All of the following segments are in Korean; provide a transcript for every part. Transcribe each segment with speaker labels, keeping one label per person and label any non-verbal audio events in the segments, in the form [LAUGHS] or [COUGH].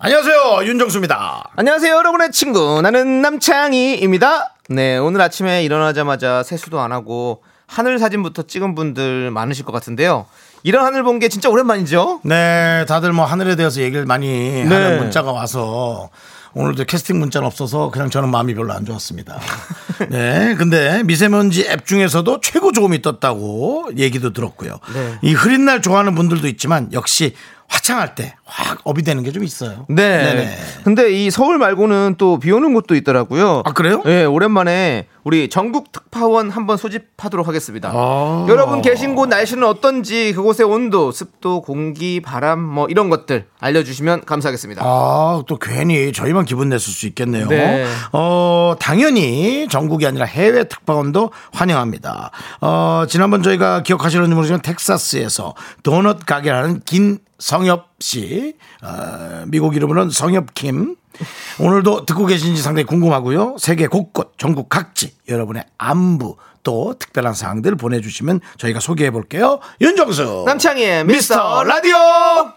Speaker 1: 안녕하세요 윤정수입니다.
Speaker 2: 안녕하세요, 여러분의 친구. 나는 남창희입니다. 네, 오늘 아침에 일어나자마자 세수도 안 하고 하늘 사진부터 찍은 분들 많으실 것 같은데요. 이런 하늘 본 게 진짜 오랜만이죠?
Speaker 1: 네, 다들 뭐 하늘에 대해서 얘기를 많이 하는 문자가 와서 오늘도 캐스팅 문자는 없어서 그냥 저는 마음이 별로 안 [LAUGHS] 좋았습니다. 네, 근데 미세먼지 앱 중에서도 최고 좋음이 떴다고 얘기도 들었고요. 이 흐린 날 좋아하는 분들도 있지만 역시 화창할 때 확 업이 되는 게 좀 있어요.
Speaker 2: 네.
Speaker 1: 네네.
Speaker 2: 근데 이 서울 말고는 또 비 오는 곳도 있더라고요.
Speaker 1: 아, 그래요?
Speaker 2: 예, 오랜만에 우리 전국 특파원 한번 소집하도록 하겠습니다.
Speaker 1: 아.
Speaker 2: 여러분 계신 곳 날씨는 어떤지 그곳의 온도, 습도, 공기, 바람 뭐 이런 것들 알려주시면 감사하겠습니다.
Speaker 1: 아, 또 괜히 저희만 기분 냈을 수 있겠네요.
Speaker 2: 네.
Speaker 1: 어, 당연히 전국이 아니라 해외 특파원도 환영합니다. 어, 지난번 저희가 기억하시는지 모르지만 텍사스에서 도넛 가게를 하는 김성엽 씨, 어, 미국 이름으로는 성엽킴. 오늘도 듣고 계신지 상당히 궁금하고요. 세계 곳곳, 전국 각지 여러분의 안부 또 특별한 사항들 보내주시면 저희가 소개해 볼게요. 윤정수.
Speaker 2: 남창희의
Speaker 1: 미스터
Speaker 2: 미스터
Speaker 1: 라디오.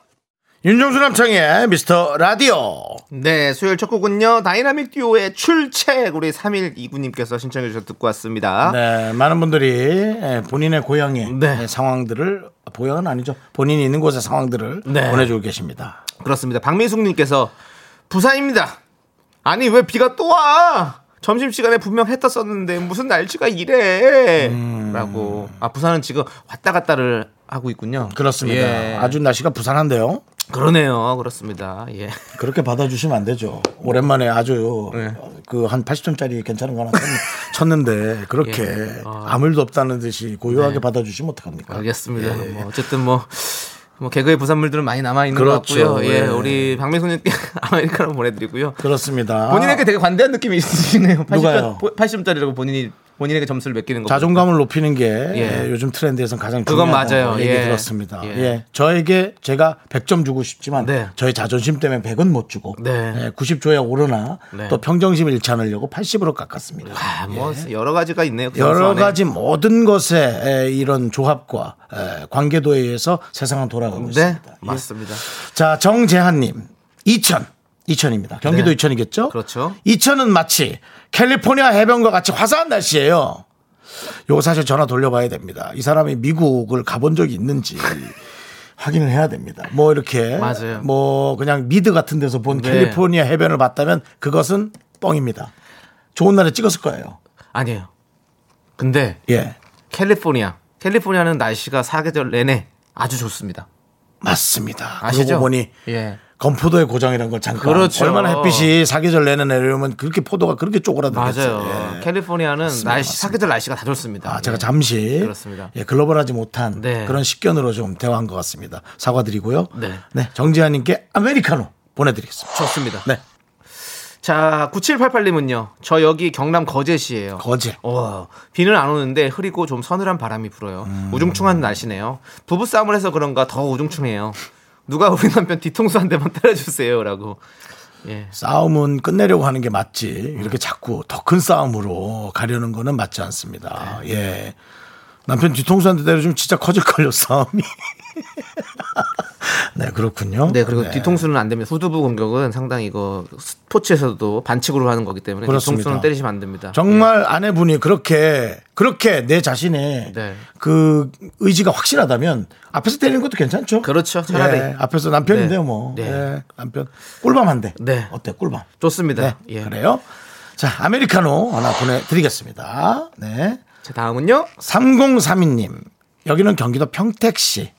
Speaker 1: 윤정수 남창의 미스터 라디오.
Speaker 2: 네, 수요일 첫 곡은요. 다이나믹 듀오의 출첵 우리 3일 2구님께서 신청해 주셔서 듣고 왔습니다.
Speaker 1: 네, 많은 분들이 예, 본인의 고향의
Speaker 2: 네.
Speaker 1: 예, 상황들을 고향은 아니죠. 본인이 있는 곳의 상황들을
Speaker 2: 네.
Speaker 1: 보내주고 계십니다.
Speaker 2: 그렇습니다. 박민숙님께서 부산입니다. 아니 왜 비가 또 와? 점심시간에 분명 해 떴었는데 무슨 날씨가 이래?
Speaker 1: 음.
Speaker 2: 라고 아 부산은 지금 왔다 갔다를 하고 있군요.
Speaker 1: 그렇습니다.
Speaker 2: 예.
Speaker 1: 아주 날씨가 부산한데요.
Speaker 2: 그러네요. 그렇습니다. 예.
Speaker 1: 그렇게 받아주시면 안 되죠. 오랜만에 아주
Speaker 2: 네.
Speaker 1: 그 한 80점짜리 괜찮은 거 하나 쳤- 쳤는데 그렇게
Speaker 2: 예. 아. 네.
Speaker 1: 아무 일도 없다는 듯이 고요하게 받아주시면 예, 어떡합니까?
Speaker 2: 알겠습니다. 뭐 어쨌든 뭐. 뭐 개그의 부산물들은 많이 남아 있는
Speaker 1: 그렇죠.
Speaker 2: 것 같고요. 예,
Speaker 1: 예.
Speaker 2: 우리 박민숙님께 [LAUGHS] 아메리카노 보내드리고요.
Speaker 1: 그렇습니다.
Speaker 2: 본인에게 되게 관대한 느낌이 [LAUGHS] 있으시네요. 80점,
Speaker 1: 누가요?
Speaker 2: 80점짜리라고 본인이 본인에게 점수를 매기는 거.
Speaker 1: 자존감을 높이는 게 예, 요즘 트렌드에서 가장
Speaker 2: 그건
Speaker 1: 중요한
Speaker 2: 맞아요.
Speaker 1: 얘기
Speaker 2: 예.
Speaker 1: 들었습니다.
Speaker 2: 예.
Speaker 1: 예. 저에게 제가 100점 주고 싶지만
Speaker 2: 네.
Speaker 1: 저의 자존심 때문에 100은 못 주고
Speaker 2: 네.
Speaker 1: 예, 90조야 오르나
Speaker 2: 네.
Speaker 1: 또 평정심을 잃지 않으려고 80으로 깎았습니다.
Speaker 2: 아, 뭐 여러 가지가 있네요. 그 선수
Speaker 1: 여러
Speaker 2: 안에.
Speaker 1: 가지 모든 것에 에, 이런 조합과 에, 관계도에 의해서 세상은 돌아가고
Speaker 2: 네,
Speaker 1: 있습니다. 예.
Speaker 2: 맞습니다.
Speaker 1: 자, 정재한님. 이천. 이천입니다. 경기도
Speaker 2: 네.
Speaker 1: 이천이겠죠?
Speaker 2: 그렇죠.
Speaker 1: 이천은 마치 캘리포니아 해변과 같이 화사한 날씨예요. 요거 사실 전화 돌려봐야 됩니다. 이 사람이 미국을 가본 적이
Speaker 2: [LAUGHS]
Speaker 1: 있는지 확인을 해야 됩니다. 뭐 이렇게
Speaker 2: 맞아요.
Speaker 1: 뭐 그냥 미드 같은 데서 본
Speaker 2: 네.
Speaker 1: 캘리포니아 해변을 봤다면 그것은 뻥입니다. 좋은 날에 찍었을 거예요.
Speaker 2: 아니에요. 근데
Speaker 1: 예.
Speaker 2: 캘리포니아, 캘리포니아는 날씨가 사계절 내내 아주 좋습니다.
Speaker 1: 맞습니다.
Speaker 2: 아시죠?
Speaker 1: 그러고 보니
Speaker 2: 예.
Speaker 1: 건포도의 고장이라는 걸 잠깐
Speaker 2: 그렇죠.
Speaker 1: 얼마나 햇빛이 사계절 내내 내려오면 그렇게 포도가 그렇게 쪼그라들겠어요.
Speaker 2: 맞아요.
Speaker 1: 예.
Speaker 2: 캘리포니아는 날씨
Speaker 1: 맞습니다.
Speaker 2: 사계절 날씨가 다 좋습니다.
Speaker 1: 아, 제가
Speaker 2: 예.
Speaker 1: 잠시
Speaker 2: 그렇습니다.
Speaker 1: 예, 글로벌하지 못한
Speaker 2: 네.
Speaker 1: 그런 식견으로 좀 대화한 것 같습니다. 사과드리고요.
Speaker 2: 네.
Speaker 1: 정지아님께 아메리카노 보내드리겠습니다.
Speaker 2: 좋습니다.
Speaker 1: 네,
Speaker 2: 자, 9788님은요. 저 여기 경남 거제시예요.
Speaker 1: 거제.
Speaker 2: 어, 비는 안 오는데 흐리고 좀 서늘한 바람이 불어요.
Speaker 1: 음.
Speaker 2: 우중충한 날씨네요. 부부싸움을 해서 그런가 더 우중충해요. 누가 우리 남편 뒤통수 한 대만 때려주세요라고.
Speaker 1: 어?
Speaker 2: 예.
Speaker 1: 싸움은 끝내려고 하는 게 맞지. 이렇게 자꾸 더 큰 싸움으로 가려는 거는 맞지 않습니다.
Speaker 2: 네.
Speaker 1: 예. 남편 뒤통수한테 때려주면 진짜 커질걸요, 싸움이. [LAUGHS] 네, 그렇군요.
Speaker 2: 네, 그리고 뒤통수는 안 됩니다. 후두부 공격은 상당히 이거 스포츠에서도 반칙으로 하는 거기 때문에
Speaker 1: 그렇습니다.
Speaker 2: 뒤통수는 때리시면 안 됩니다.
Speaker 1: 정말 아내분이 그렇게 그렇게 내 자신의
Speaker 2: 네.
Speaker 1: 그 의지가 확실하다면 앞에서 때리는 것도 괜찮죠?
Speaker 2: 그렇죠, 차라리.
Speaker 1: 예, 앞에서 남편인데요,
Speaker 2: 네.
Speaker 1: 뭐
Speaker 2: 네.
Speaker 1: 예, 남편 꿀밤 한대.
Speaker 2: 네.
Speaker 1: 어때 꿀밤?
Speaker 2: 좋습니다.
Speaker 1: 네,
Speaker 2: 예.
Speaker 1: 그래요. 자 아메리카노 하나 보내드리겠습니다. 네.
Speaker 2: 자, 다음은요.
Speaker 1: 3032님 여기는 경기도 평택시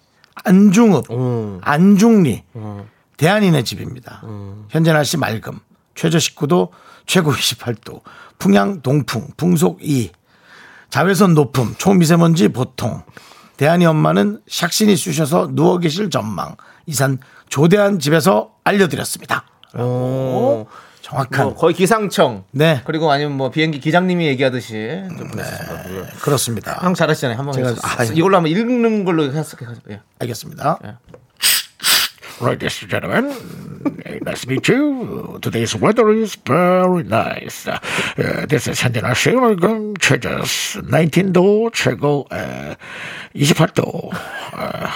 Speaker 1: 안중읍
Speaker 2: 오.
Speaker 1: 안중리 대한인의 집입니다. 현재 날씨 맑음 최저 19도 최고 28도 풍향 동풍 풍속 2 자외선 높음 초미세먼지 보통 대한이 엄마는 샥신이 쑤셔서 누워 계실 전망 이산 조대한 집에서 알려드렸습니다.
Speaker 2: 어,
Speaker 1: 정확한.
Speaker 2: 뭐 거의 기상청.
Speaker 1: 네.
Speaker 2: 그리고 아니면 뭐 비행기 기장님이 얘기하듯이 좀 보냈습니다. 그걸.
Speaker 1: 그렇습니다.
Speaker 2: 형 잘하시잖아요. 한번
Speaker 1: 제가-
Speaker 2: 제가
Speaker 1: 아, 예.
Speaker 2: 이걸로 한번 읽는 걸로 해서 예.
Speaker 1: 알겠습니다.
Speaker 3: Ladies and gentlemen, eh, nice to meet you. Today's weather is very nice. Uh, this is 현대나 시월금 최저스 19도 최고 uh, 28도. Uh,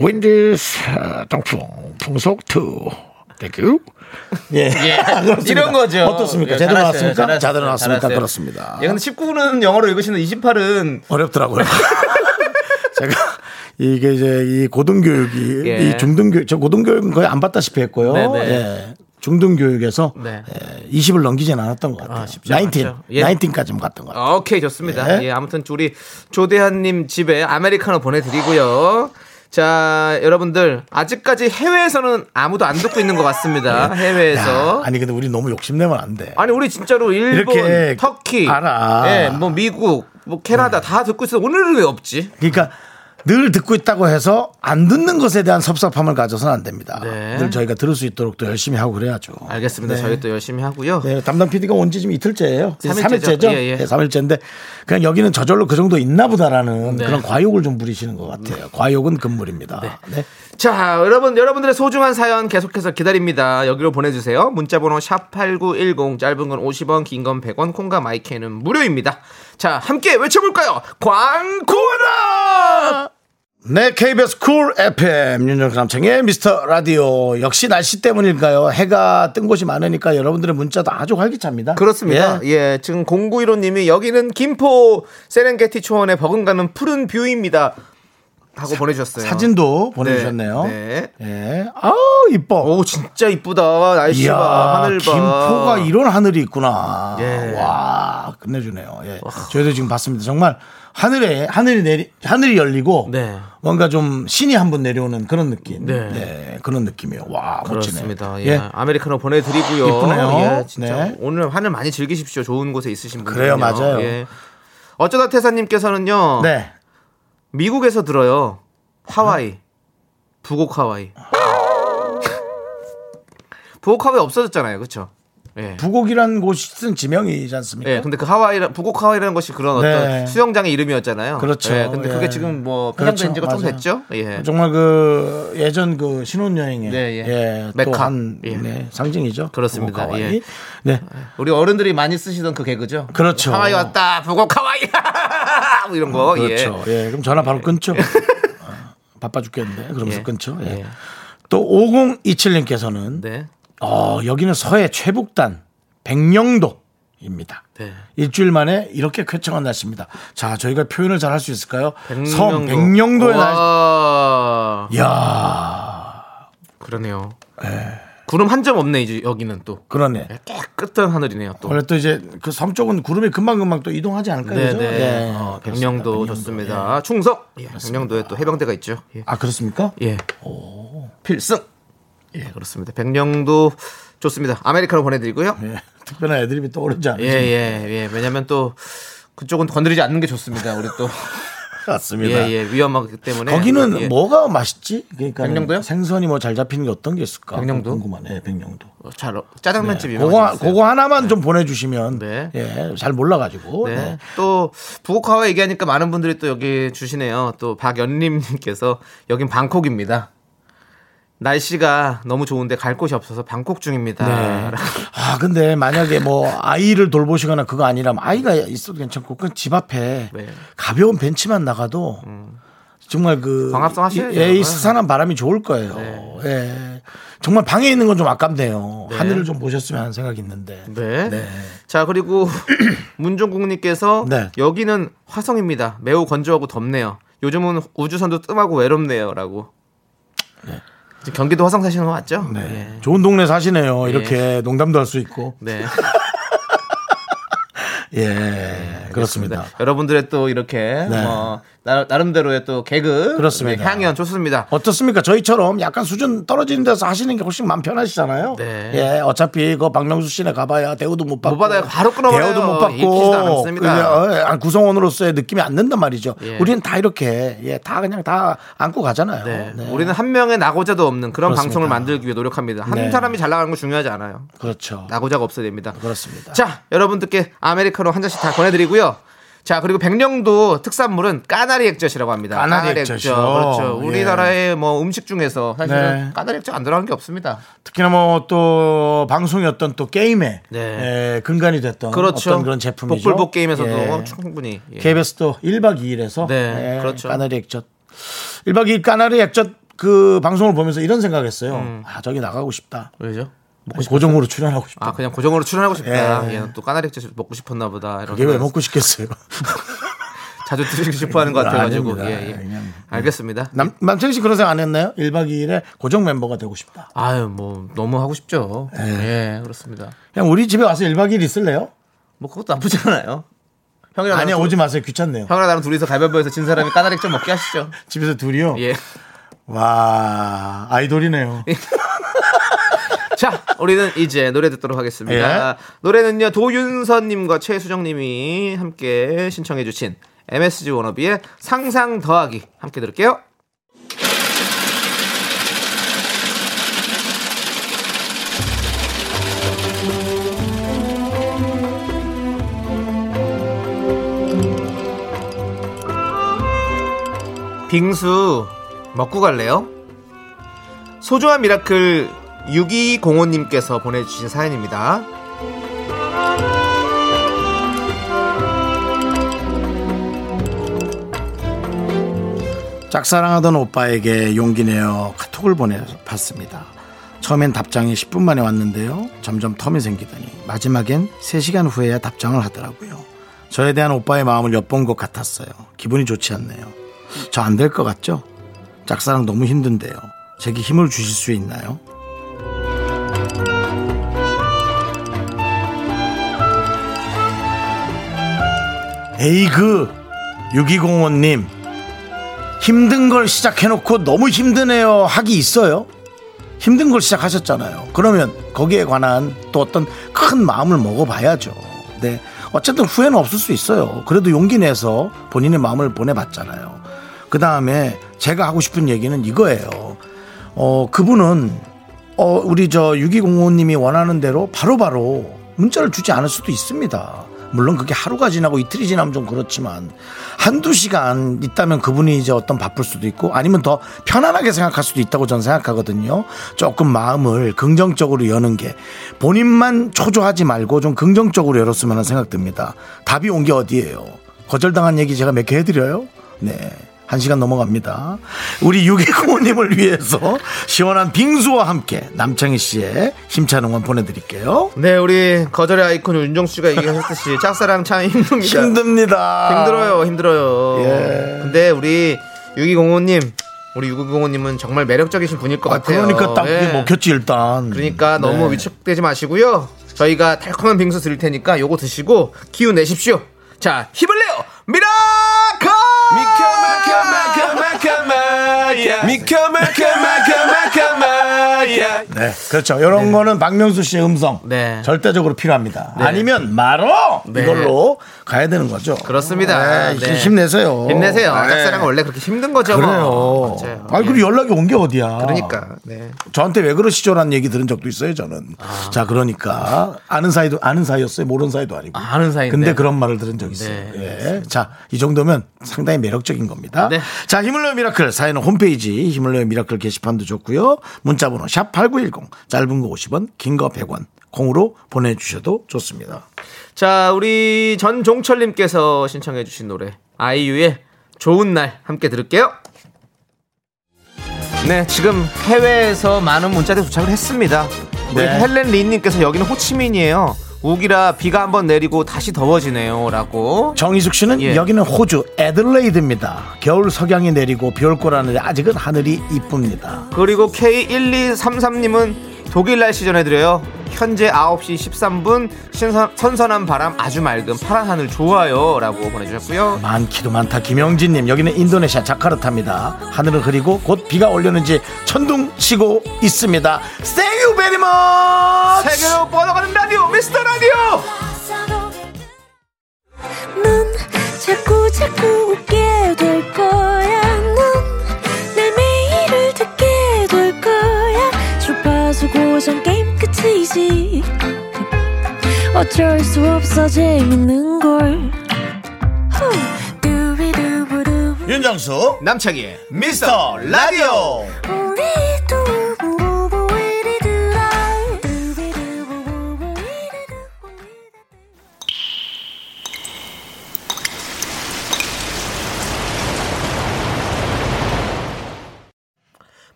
Speaker 3: wind is uh, 동풍 풍속 2. Thank you.
Speaker 1: 예. [LAUGHS] 그렇습니다.
Speaker 2: 이런 거죠.
Speaker 1: 어떻습니까?
Speaker 2: 예,
Speaker 1: 제대로
Speaker 2: 잘하세요,
Speaker 1: 나왔습니까?
Speaker 2: 잘하세요,
Speaker 1: 제대로 나왔습니까?
Speaker 2: 잘하세요.
Speaker 1: 그렇습니다.
Speaker 2: 예, 근데 19는 영어로 읽으시는데 28은
Speaker 1: 어렵더라고요. [LAUGHS] 제가 이게 이제 이 고등교육이
Speaker 2: 예.
Speaker 1: 이 중등교육 저 고등교육은 거의 안 받다시피 했고요.
Speaker 2: 네, 네.
Speaker 1: 예. 중등교육에서
Speaker 2: 네.
Speaker 1: 예, 20을 넘기진 않았던 것 같아요.
Speaker 2: 아, 쉽지
Speaker 1: 19,
Speaker 2: 않죠. 예.
Speaker 1: 19까지만 갔던 것 같아요.
Speaker 2: 아, 오케이 좋습니다.
Speaker 1: 예.
Speaker 2: 예, 아무튼 우리 조대한님 집에 아메리카노 보내드리고요. 자 여러분들 아직까지 해외에서는 아무도 안 듣고 있는 것 같습니다. 해외에서
Speaker 1: 네. 야, 아니 근데 우리 너무 욕심내면 안 돼.
Speaker 2: 아니 우리 진짜로 일본,
Speaker 1: 이렇게
Speaker 2: 터키,
Speaker 1: 알아. 네.
Speaker 2: 예, 뭐 미국, 뭐 캐나다 다 듣고 있어. 오늘은 왜 없지?
Speaker 1: 그러니까 늘 듣고 있다고 해서 안 듣는 것에 대한 섭섭함을 가져서는 안 됩니다.
Speaker 2: 네.
Speaker 1: 늘 저희가 들을 수 있도록 또 열심히 하고 그래야죠.
Speaker 2: 알겠습니다. 저희 또 열심히 하고요.
Speaker 1: 네, 담당 PD가 온 지 지금 이틀째예요.
Speaker 2: 삼일째죠.
Speaker 1: 3일째죠?
Speaker 2: 예, 예.
Speaker 1: 네, 3일째인데 그냥 여기는 저절로 그 정도 있나 보다라는
Speaker 2: 네.
Speaker 1: 그런 과욕을 좀 부리시는 것 같아요. 과욕은 금물입니다. 네.
Speaker 2: 자, 여러분, 여러분들의 소중한 사연 계속해서 기다립니다. 여기로 보내주세요. 문자번호 샵8910, 짧은 건 50원, 긴 건 100원, 콩과 마이크는 무료입니다. 자, 함께 외쳐볼까요? 광고라!
Speaker 1: 네, KBS 쿨 FM 윤정수 남창의 미스터 라디오 역시 날씨 때문일까요? 해가 뜬 곳이 많으니까 여러분들의 문자도 아주 활기찹니다.
Speaker 2: 그렇습니다.
Speaker 1: 예.
Speaker 2: 예, 지금 0915님이 여기는 김포 세렝게티 초원에 버금가는 푸른 뷰입니다. 하고 보내주셨어요.
Speaker 1: 사진도 보내주셨네요.
Speaker 2: 네.
Speaker 1: 예. 아우 이뻐.
Speaker 2: 오, 진짜 이쁘다. 날씨
Speaker 1: 이야,
Speaker 2: 봐. 하늘 봐.
Speaker 1: 김포가 이런 하늘이 있구나.
Speaker 2: 예. 아.
Speaker 1: 와, 끝내주네요. 예. 저희도 지금 봤습니다. 정말 하늘에 하늘이 내리 하늘이 열리고
Speaker 2: 네.
Speaker 1: 뭔가 좀 신이 한 분 내려오는 그런 느낌.
Speaker 2: 네.
Speaker 1: 예, 그런 느낌이에요. 와,
Speaker 2: 그렇습니다.
Speaker 1: 멋지네.
Speaker 2: 예. 아메리카노 보내드리고요.
Speaker 1: 이쁘네요.
Speaker 2: 예, 진짜
Speaker 1: 네.
Speaker 2: 오늘 하늘 많이 즐기십시오. 좋은 곳에 있으신 분들.
Speaker 1: 그래요, 맞아요.
Speaker 2: 어쩌다 태사님께서는요.
Speaker 1: 네.
Speaker 2: 미국에서 들어요. 하와이, 북옥 하와이. [LAUGHS] 북옥 하와이 없어졌잖아요, 그렇죠? 예.
Speaker 1: 북옥이란 곳이 쓴 지명이지 않습니까?
Speaker 2: 예, 근데 그 하와이, 북옥 하와이라는 것이 그런
Speaker 1: 네.
Speaker 2: 어떤 수영장의 이름이었잖아요.
Speaker 1: 그렇죠.
Speaker 2: 예, 근데
Speaker 1: 예.
Speaker 2: 그게 지금 뭐
Speaker 1: 그렇죠.
Speaker 2: 편향된 지가 좀
Speaker 1: 맞아요. 그렇죠.
Speaker 2: 됐죠. 예.
Speaker 1: 정말 그 예전 그 신혼여행의
Speaker 2: 네, 예.
Speaker 1: 예,
Speaker 2: 메카.
Speaker 1: 또한
Speaker 2: 예.
Speaker 1: 네, 상징이죠.
Speaker 2: 그렇습니다.
Speaker 1: 북옥 하와이.
Speaker 2: 예.
Speaker 1: 네.
Speaker 2: 우리 어른들이 많이 쓰시던 그 개그죠.
Speaker 1: 그렇죠.
Speaker 2: 하와이 왔다. 북옥 하와이. [LAUGHS] 뭐 이런 거.
Speaker 1: 그렇죠. 예. 그럼 전화 바로 끊죠. 아, 바빠 죽겠는데. 그러면서
Speaker 2: 예.
Speaker 1: 끊죠. 예.
Speaker 2: 예.
Speaker 1: 또 5027님께서는
Speaker 2: 예. 네.
Speaker 1: 어, 여기는 서해 최북단 백령도입니다.
Speaker 2: 네.
Speaker 1: 일주일 만에 이렇게 쾌청한 날씨입니다. 자, 저희가 표현을 잘 할 수 있을까요?
Speaker 2: 백령도.
Speaker 1: 섬 백령도의 날씨.
Speaker 2: 와.
Speaker 1: 야,
Speaker 2: 그러네요. 구름 한 점 없네 이제 여기는 또
Speaker 1: 그러네.
Speaker 2: 깨끗한 하늘이네요 또.
Speaker 1: 원래 또 이제 그 섬 쪽은 구름이 금방 금방 또 이동하지 않을까요?
Speaker 2: 네네.
Speaker 1: 그죠? 예.
Speaker 2: 어,
Speaker 1: 그렇습니다.
Speaker 2: 백령도 좋습니다. 충성. 예, 백령도에 또 해병대가 있죠. 예.
Speaker 1: 아, 그렇습니까?
Speaker 2: 예. 필승. 예, 그렇습니다. 백령도 좋습니다. 아메리카노 보내드리고요.
Speaker 1: 예. [LAUGHS] 특별한 애드립이 떠오르지 않으
Speaker 2: 예, 예, 예. 왜냐면 또 그쪽은 건드리지 않는 게 좋습니다. 우리 또. [LAUGHS] 예,
Speaker 1: 같습니다.
Speaker 2: 예. 위험하기 때문에.
Speaker 1: 거기는
Speaker 2: 예.
Speaker 1: 뭐가 맛있지? 그러니까
Speaker 2: 백령도요?
Speaker 1: 생선이 뭐 잘 잡히는 게 어떤 게 있을까?
Speaker 2: 백령도?
Speaker 1: 궁금하네. 백령도.
Speaker 2: 잘 어- 짜장면집이
Speaker 1: 그거, 그거 하나만 좀 보내주시면
Speaker 2: 네.
Speaker 1: 예, 잘 몰라가지고
Speaker 2: 네.
Speaker 1: 네.
Speaker 2: 또 북옥화와 얘기하니까 많은 분들이 또 여기 주시네요. 또 박연림님께서 여긴 방콕입니다. 날씨가 너무 좋은데 갈 곳이 없어서 방콕 중입니다. 라고.
Speaker 1: 아 근데 만약에 뭐 아이를 돌보시거나 그거 아니라면 아이가 있어도 괜찮고 그냥 집 앞에
Speaker 2: 네. 음.
Speaker 1: 가벼운 벤치만 나가도 정말 그
Speaker 2: 광합성 하셔야죠.
Speaker 1: 예, 이 스산한 바람이 좋을 거예요. 예. 정말 방에 있는 건 좀 아깝네요.
Speaker 2: 네.
Speaker 1: 하늘을 좀 보셨으면 하는 생각이 있는데.
Speaker 2: 네. 자 그리고 [CLEARS THROAT] 문종국님께서
Speaker 1: 네.
Speaker 2: 여기는 화성입니다. 매우 건조하고 덥네요. 요즘은 우주선도 뜸하고 외롭네요.라고. 지금 경기도 화성 사시는 거 맞죠?
Speaker 1: 네.
Speaker 2: 예.
Speaker 1: 좋은 동네 사시네요. 이렇게 농담도 할 수 있고.
Speaker 2: 네.
Speaker 1: 예.
Speaker 2: 알겠습니다.
Speaker 1: 그렇습니다.
Speaker 2: 네. 여러분들의 또 이렇게
Speaker 1: 네.
Speaker 2: 뭐 나, 나름대로의 또 개그
Speaker 1: 그렇습니다.
Speaker 2: 네, 향연 좋습니다.
Speaker 1: 어떻습니까? 저희처럼 약간 수준 떨어지는 데서 하시는 게 훨씬 마음 편하시잖아요.
Speaker 2: 네.
Speaker 1: 예, 어차피 그 박명수 씨네 가봐야 대우도 못 받고
Speaker 2: 못 받아요. 바로 끊어버려요.
Speaker 1: 대우도 못
Speaker 2: 읽히지도
Speaker 1: 받고
Speaker 2: 않습니다.
Speaker 1: 그냥, 어, 예, 구성원으로서의 느낌이 안 든단 말이죠.
Speaker 2: 예.
Speaker 1: 우리는 다 이렇게 예, 다 그냥 다 안고 가잖아요.
Speaker 2: 네.
Speaker 1: 네.
Speaker 2: 우리는 한 명의 나고자도 없는 그런
Speaker 1: 그렇습니다.
Speaker 2: 방송을 만들기 위해 노력합니다. 한
Speaker 1: 네.
Speaker 2: 사람이 잘 나가는 건 중요하지 않아요.
Speaker 1: 그렇죠.
Speaker 2: 나고자가 없어야 됩니다.
Speaker 1: 그렇습니다.
Speaker 2: 자, 여러분들께 아메리카노 한 잔씩 다 권해드리고요. 자, 그리고 백령도 특산물은 까나리 액젓이라고 합니다.
Speaker 1: 까나리 액젓이요.
Speaker 2: 그렇죠.
Speaker 1: 예.
Speaker 2: 우리나라의 뭐 음식 중에서 사실은
Speaker 1: 네.
Speaker 2: 까나리 액젓 안 들어가는 게 없습니다.
Speaker 1: 특히나 뭐 또 방송이 어떤 또 게임에
Speaker 2: 네.
Speaker 1: 예, 근간이 됐던
Speaker 2: 그렇죠.
Speaker 1: 어떤 그런 제품이죠.
Speaker 2: 복불복 게임에서도
Speaker 1: 예.
Speaker 2: 충분히. 예.
Speaker 1: KBS도 1박 2일에서
Speaker 2: 네,
Speaker 1: 예,
Speaker 2: 그렇죠.
Speaker 1: 까나리 액젓 1박 2일 까나리 액젓 그 방송을 보면서 이런 생각했어요. 아 저기 나가고 싶다. 뭐
Speaker 2: 왜죠?
Speaker 1: 고정으로 출연하고 싶다.
Speaker 2: 아, 음. 그냥 고정으로 출연하고 싶다.
Speaker 1: 예.
Speaker 2: 얘는 또 까나리 액젓 먹고 싶었나 보다. 이런
Speaker 1: 이게 왜
Speaker 2: 생각을
Speaker 1: 먹고 싶겠어요? [LAUGHS]
Speaker 2: 자주 드시고 싶어 하는 것 같아가지고.
Speaker 1: 아닙니다.
Speaker 2: 예, 예.
Speaker 1: 그냥-
Speaker 2: 알겠습니다.
Speaker 1: 남, 남창희 씨 그런 생각 안 했나요? 1박 2일에 고정 멤버가 되고 싶다.
Speaker 2: 아유, 뭐, 너무 하고 싶죠. 예, 그렇습니다.
Speaker 1: 그냥 우리 집에 와서 1박 2일 있을래요?
Speaker 2: 뭐, 그것도 나쁘지 않아요. 형이랑
Speaker 1: 아니야,
Speaker 2: 나랑
Speaker 1: 오지 마세요. 귀찮네요.
Speaker 2: 형이랑 나랑 둘이서 가위바위보해서 진 사람이 까다리 좀 먹게 하시죠.
Speaker 1: 집에서 둘이요?
Speaker 2: 예.
Speaker 1: 와, 아이돌이네요.
Speaker 2: 자, 우리는 이제 노래 듣도록 하겠습니다. 노래는요, 도윤선님과 최수정님이 함께 신청해주신 MSG 워너비의 상상 더하기 함께 들을게요. 빙수 먹고 갈래요? 소중한 미라클 6205님께서 보내주신 사연입니다.
Speaker 1: 짝사랑하던 오빠에게 용기 내어 카톡을 보내봤습니다. 처음엔 답장이 10분 만에 왔는데요. 점점 텀이 생기더니 마지막엔 3시간 후에야 답장을 하더라고요. 저에 대한 오빠의 마음을 엿본 것 같았어요. 기분이 좋지 않네요. 저 안 될 것 같죠? 짝사랑 너무 힘든데요. 제게 힘을 주실 수 있나요? 에이그 6205님 힘든 걸 시작해놓고 너무 힘드네요 하기 있어요? 힘든 걸 시작하셨잖아요. 그러면 거기에 관한 또 어떤 큰 마음을 먹어봐야죠. 네. 어쨌든 후회는 없을 수 있어요. 그래도 용기 내서 본인의 마음을 보내봤잖아요. 그 다음에 제가 하고 싶은 얘기는 이거예요. 어, 그분은, 어, 우리 저 6205님이 원하는 대로 바로바로 문자를 주지 않을 수도 있습니다. 물론 그게 하루가 지나고 이틀이 지나면 좀 그렇지만 한두 시간 있다면 그분이 이제 어떤 바쁠 수도 있고 아니면 더 편안하게 생각할 수도 있다고 저는 생각하거든요. 조금 마음을 긍정적으로 여는 게 본인만 초조하지 말고 좀 긍정적으로 열었으면 하는 생각 듭니다. 답이 온 게 어디예요? 거절당한 얘기 제가 몇 개 해드려요? 네. 한 시간 넘어갑니다. 우리 6.25님을 위해서 시원한 빙수와 함께 남창희 씨의 힘찬 응원 보내드릴게요.
Speaker 2: 네, 우리 거절의 아이콘 윤정수 씨가
Speaker 1: [LAUGHS]
Speaker 2: 얘기하셨듯이 짝사랑 참 힘듭니다.
Speaker 1: 힘듭니다.
Speaker 2: 힘들어요, 힘들어요.
Speaker 1: 예.
Speaker 2: 근데 우리 6205님, 우리 6205님은 정말 매력적이신 분일 것
Speaker 1: 아,
Speaker 2: 같아요.
Speaker 1: 그러니까 딱
Speaker 2: 예.
Speaker 1: 그게 먹혔지 일단.
Speaker 2: 그러니까 너무
Speaker 1: 네.
Speaker 2: 위축되지 마시고요. 저희가 달콤한 빙수 드릴 테니까 요거 드시고 기운 내십시오. 자, 힘을 내요! 미라클!
Speaker 4: 미카마카마카마야 미카마카마카마카마야
Speaker 1: 네, 그렇죠. 이런 거는 박명수 씨의 음성
Speaker 2: 네.
Speaker 1: 절대적으로 필요합니다. 아니면 마로
Speaker 2: 네.
Speaker 1: 이걸로 가야 되는 거죠.
Speaker 2: 그렇습니다. 아,
Speaker 1: 네, 힘- 힘내세요.
Speaker 2: 힘내세요.
Speaker 1: 네.
Speaker 2: 짝사랑은 원래 그렇게 힘든 거죠.
Speaker 1: 그래요.
Speaker 2: 뭐. 맞아요.
Speaker 1: 아, 그리고 연락이 온 게 어디야?
Speaker 2: 그러니까. 네.
Speaker 1: 저한테 왜 그러시죠라는 얘기 들은 적도 있어요 저는.
Speaker 2: 아.
Speaker 1: 자 그러니까 아는 사이도 아는 사이였어요 모르는 사이도 아니고.
Speaker 2: 아, 아는 네. 사이인데.
Speaker 1: 근데 그런 말을 들은 적 있어요. 예. 자이 정도면 상당히 매력적인 겁니다.
Speaker 2: 네.
Speaker 1: 자 힘을 내요 미라클 사연은 홈페이지 힘을 내요 미라클 게시판도 좋고요. 문자번호 샵 #8910 짧은 거 50원, 긴 거 100원 공으로 보내주셔도 좋습니다.
Speaker 2: 자, 우리 전종철님께서 신청해주신 노래 아이유의 좋은 날 함께 들을게요. 네, 지금 해외에서 많은 문자들이 도착을 했습니다. 우리
Speaker 1: 네.
Speaker 2: 헬렌 리님께서 여기는 호치민이에요. 우기라 비가 한번 내리고 다시 더워지네요라고.
Speaker 1: 정희숙 씨는
Speaker 2: 예.
Speaker 1: 여기는 호주 애들레이드입니다. 겨울 석양이 내리고 비 올 거라는데 아직은 하늘이 이쁩니다.
Speaker 2: 그리고 K1233님은 독일 날씨 전해드려요. 현재 9시 13분 신선, 선선한 바람 아주 맑은 파란 하늘 좋아요라고 보내주셨고요.
Speaker 1: 많기도 많다. 김영진님 여기는 인도네시아 자카르타입니다. 하늘은 흐리고 곧 비가 올려는지 천둥 치고 있습니다. Thank you very much.
Speaker 2: 세계로 뻗어가는 라디오 미스터 라디오.
Speaker 5: 넌 자꾸 자꾸 웃게 될 거야. 넌내 매일을 듣게 될 거야. 주파수 고정 게임 끝이지. 어쩔 수 없어 재밌는 걸. 후. 두비두부두.
Speaker 1: 윤정수
Speaker 2: 남창희의 미스터 라디오.
Speaker 5: 우리 두부부부 우리 두라. 두비두부부부 우리 두부부.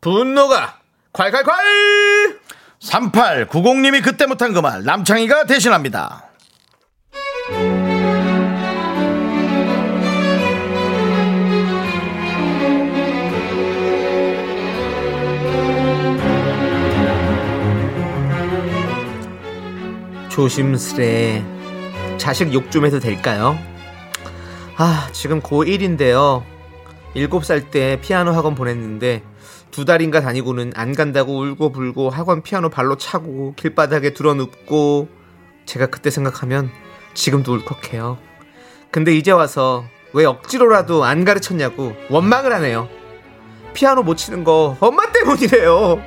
Speaker 2: 분노가 콸콸콸.
Speaker 1: 3890님이 그때 못한 그 말 남창희가 대신합니다.
Speaker 2: 조심스레 자식 욕 좀 해도 될까요? 아 지금 고1인데요 7살 때 피아노 학원 보냈는데 두 달인가 다니고는 안 간다고 울고 불고 학원 피아노 발로 차고 길바닥에 드러눕고 제가 그때 생각하면 지금도 울컥해요 근데 이제 와서 왜 억지로라도 안 가르쳤냐고 원망을 하네요 피아노 못 치는 거 엄마 때문이래요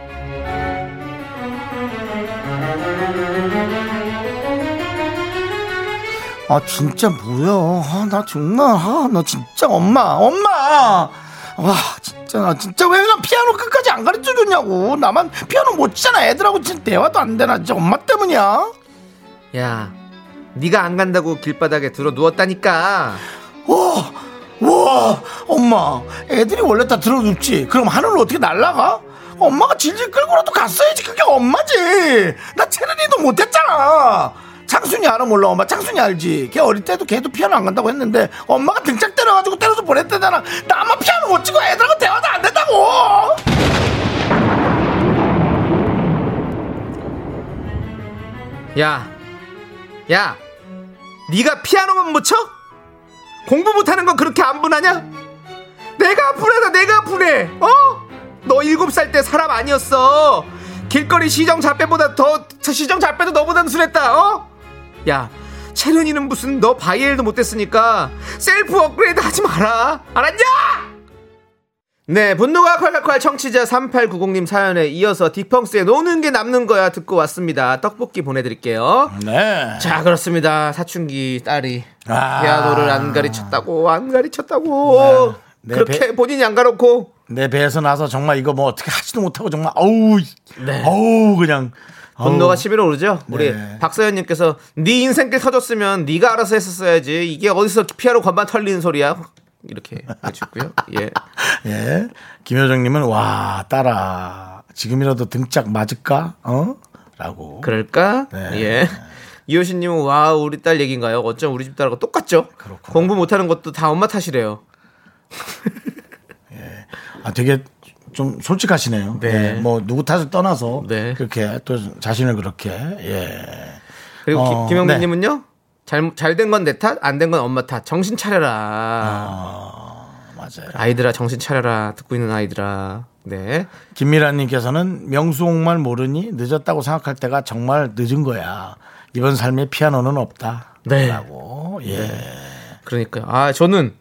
Speaker 1: 아 진짜 뭐야? 아, 나 정말 아, 나 진짜 엄마 엄마 와 진짜 나 진짜 왜 나 피아노 끝까지 안 가르쳐 줬냐고 나만 피아노 못 치잖아 애들하고 진짜 대화도 안 되나 진짜 엄마 때문이야.
Speaker 2: 야, 네가 안 간다고 길바닥에 들어 누웠다니까.
Speaker 1: 와, 와, 엄마, 애들이 원래 다 들어눕지. 그럼 하늘로 어떻게 날아가? 엄마가 질질 끌고라도 갔어야지. 그게 엄마지. 나 체르니도 못했잖아. 창순이 알아 몰라 엄마 창순이 알지 걔 어릴 때도 걔도 피아노 안 간다고 했는데 엄마가 등짝 때려가지고 때려서 보냈대잖아 나만 피아노 못 치고 애들하고 대화도 안 된다고
Speaker 2: 야, 야, 네가 피아노만 못 쳐? 공부 못하는 건 그렇게 안 분하냐? 내가 분하다, 내가 분해. 어? 너 일곱 살 때 사람 아니었어. 길거리 시정 잡배보다 더 시정 잡배도 너보다 순했다. 어? 야, 채련이는 무슨 너 바이엘도 못됐으니까 셀프 업그레이드 하지 마라. 알았냐? 네, 분노가 콸콸콸 청취자 3890님 사연에 이어서 디펑스의 노는 게 남는 거야 듣고 왔습니다. 떡볶이 보내드릴게요.
Speaker 1: 네
Speaker 2: 자, 그렇습니다. 사춘기 딸이
Speaker 1: 아.
Speaker 2: 피아노를 안 가르쳤다고, 안 가르쳤다고.
Speaker 1: 네,
Speaker 2: 그렇게
Speaker 1: 배-
Speaker 2: 본인이 안 가르고
Speaker 1: 내 배에서 나서 정말 이거 뭐 어떻게 하지도 못하고 정말 어우 어우 그냥
Speaker 2: 네. 분노가
Speaker 1: 어우.
Speaker 2: 시비로 오르죠. 우리 박서연님께서 네 인생길 터졌으면 네가 알아서 했었어야지. 이게 어디서 피아노 건반 털리는 소리야? 이렇게 해주고요. 예,
Speaker 1: 예. 김효정님은 와 따라 지금이라도 등짝 맞을까? 어? 라고.
Speaker 2: 그럴까?
Speaker 1: 네.
Speaker 2: 예. 이효신님은 와 우리 딸 얘기인가요? 어쩜 우리 집 딸하고 똑같죠?
Speaker 1: 그렇구나.
Speaker 2: 공부 못하는 것도 다 엄마 탓이래요.
Speaker 1: 아 되게 좀 솔직하시네요.
Speaker 2: 네.
Speaker 1: 예, 뭐 누구 탓을 떠나서
Speaker 2: 네.
Speaker 1: 그렇게 또 자신을 그렇게 예.
Speaker 2: 그리고
Speaker 1: 어, 네.
Speaker 2: 김영민님은요 잘 잘 된 건 내 탓, 안 된 건 엄마 탓. 정신
Speaker 1: 아.
Speaker 2: 차려라.
Speaker 1: 어, 맞아요.
Speaker 2: 아이들아 정신 차려라. 듣고 있는 아이들아. 네.
Speaker 1: 김미라님께서는 명수홍만 모르니 늦었다고 생각할 때가 정말 늦은 거야. 이번 삶에 피아노는 없다.
Speaker 2: 네.
Speaker 1: 라고. 예.
Speaker 2: 그러니까요. 아 저는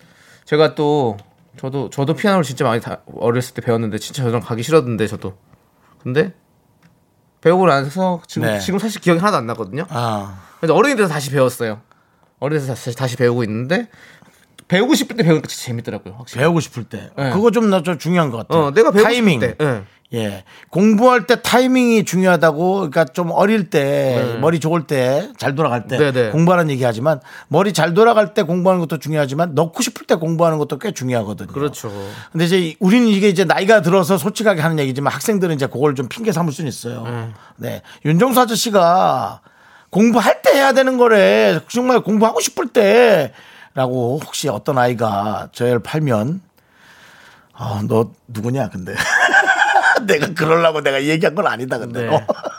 Speaker 2: 제가 또 저도 저도 피아노를 진짜 많이 다, 어렸을 때 배웠는데 진짜 저랑 가기 싫었는데 저도. 근데 배우고 나서 지금
Speaker 1: 네.
Speaker 2: 지금 사실 기억이 하나도 안 나거든요.
Speaker 1: 아.
Speaker 2: 그래서 어른이 돼서 다시 배웠어요. 어른이 돼서 다시, 다시 배우고 있는데 배우고 싶을 때 배우니까 진짜 재밌더라고요. 확실히.
Speaker 1: 배우고 싶을 때.
Speaker 2: 네.
Speaker 1: 그거 좀 나 좀 중요한 것 같아요.
Speaker 2: 어, 내가 배우고
Speaker 1: 타이밍.
Speaker 2: 싶을 때. 예.
Speaker 1: 예. 공부할 때 타이밍이 중요하다고, 그러니까 좀 어릴 때, 머리 좋을 때, 잘 돌아갈 때,
Speaker 2: 네. 네네.
Speaker 1: 공부하는 얘기 하지만, 머리 잘 돌아갈 때 공부하는 것도 중요하지만, 넣고 싶을 때 공부하는 것도 꽤 중요하거든요.
Speaker 2: 그렇죠.
Speaker 1: 근데 이제 이- 우리는 이게 이제 나이가 들어서 솔직하게 하는 얘기지만 학생들은 이제 그걸 좀 핑계 삼을 수는 있어요.
Speaker 2: 음.
Speaker 1: 네. 윤정수 아저씨가 공부할 때 해야 되는 거래. 정말 공부하고 싶을 때. 라고 혹시 어떤 아이가 저를 팔면 아, 너 누구냐 근데 [LAUGHS] 내가 그러려고 내가 얘기한 건 아니다 근데.
Speaker 2: 네.
Speaker 1: 어. [LAUGHS]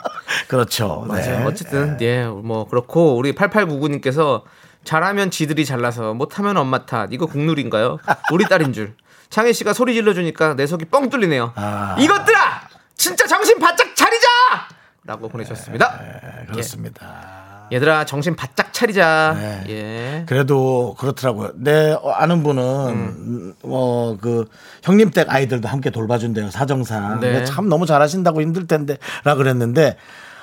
Speaker 1: 그렇죠. 네.
Speaker 2: 맞아요. 어쨌든 예, 뭐 그렇고 우리 8899님께서 잘하면 지들이 잘나서 못하면 엄마 탓. 이거 국룰인가요? 우리 딸인 줄. 창희 씨가 소리 질러주니까 내 속이 뻥 뚫리네요.
Speaker 1: 아.
Speaker 2: 이것들아, 진짜 정신 바짝 차리자! 라고 보내셨습니다.
Speaker 1: 네,
Speaker 2: 예.
Speaker 1: 그렇습니다.
Speaker 2: 얘들아, 정신 바짝 차리자.
Speaker 1: 네.
Speaker 2: 예.
Speaker 1: 그래도 그렇더라고요. 내 어, 아는 분은
Speaker 2: 음.
Speaker 1: 어 그 형님 댁 아이들도 함께 돌봐준대요 사정상.
Speaker 2: 네.
Speaker 1: 근데 참 너무 잘하신다고 힘들 텐데라 그랬는데.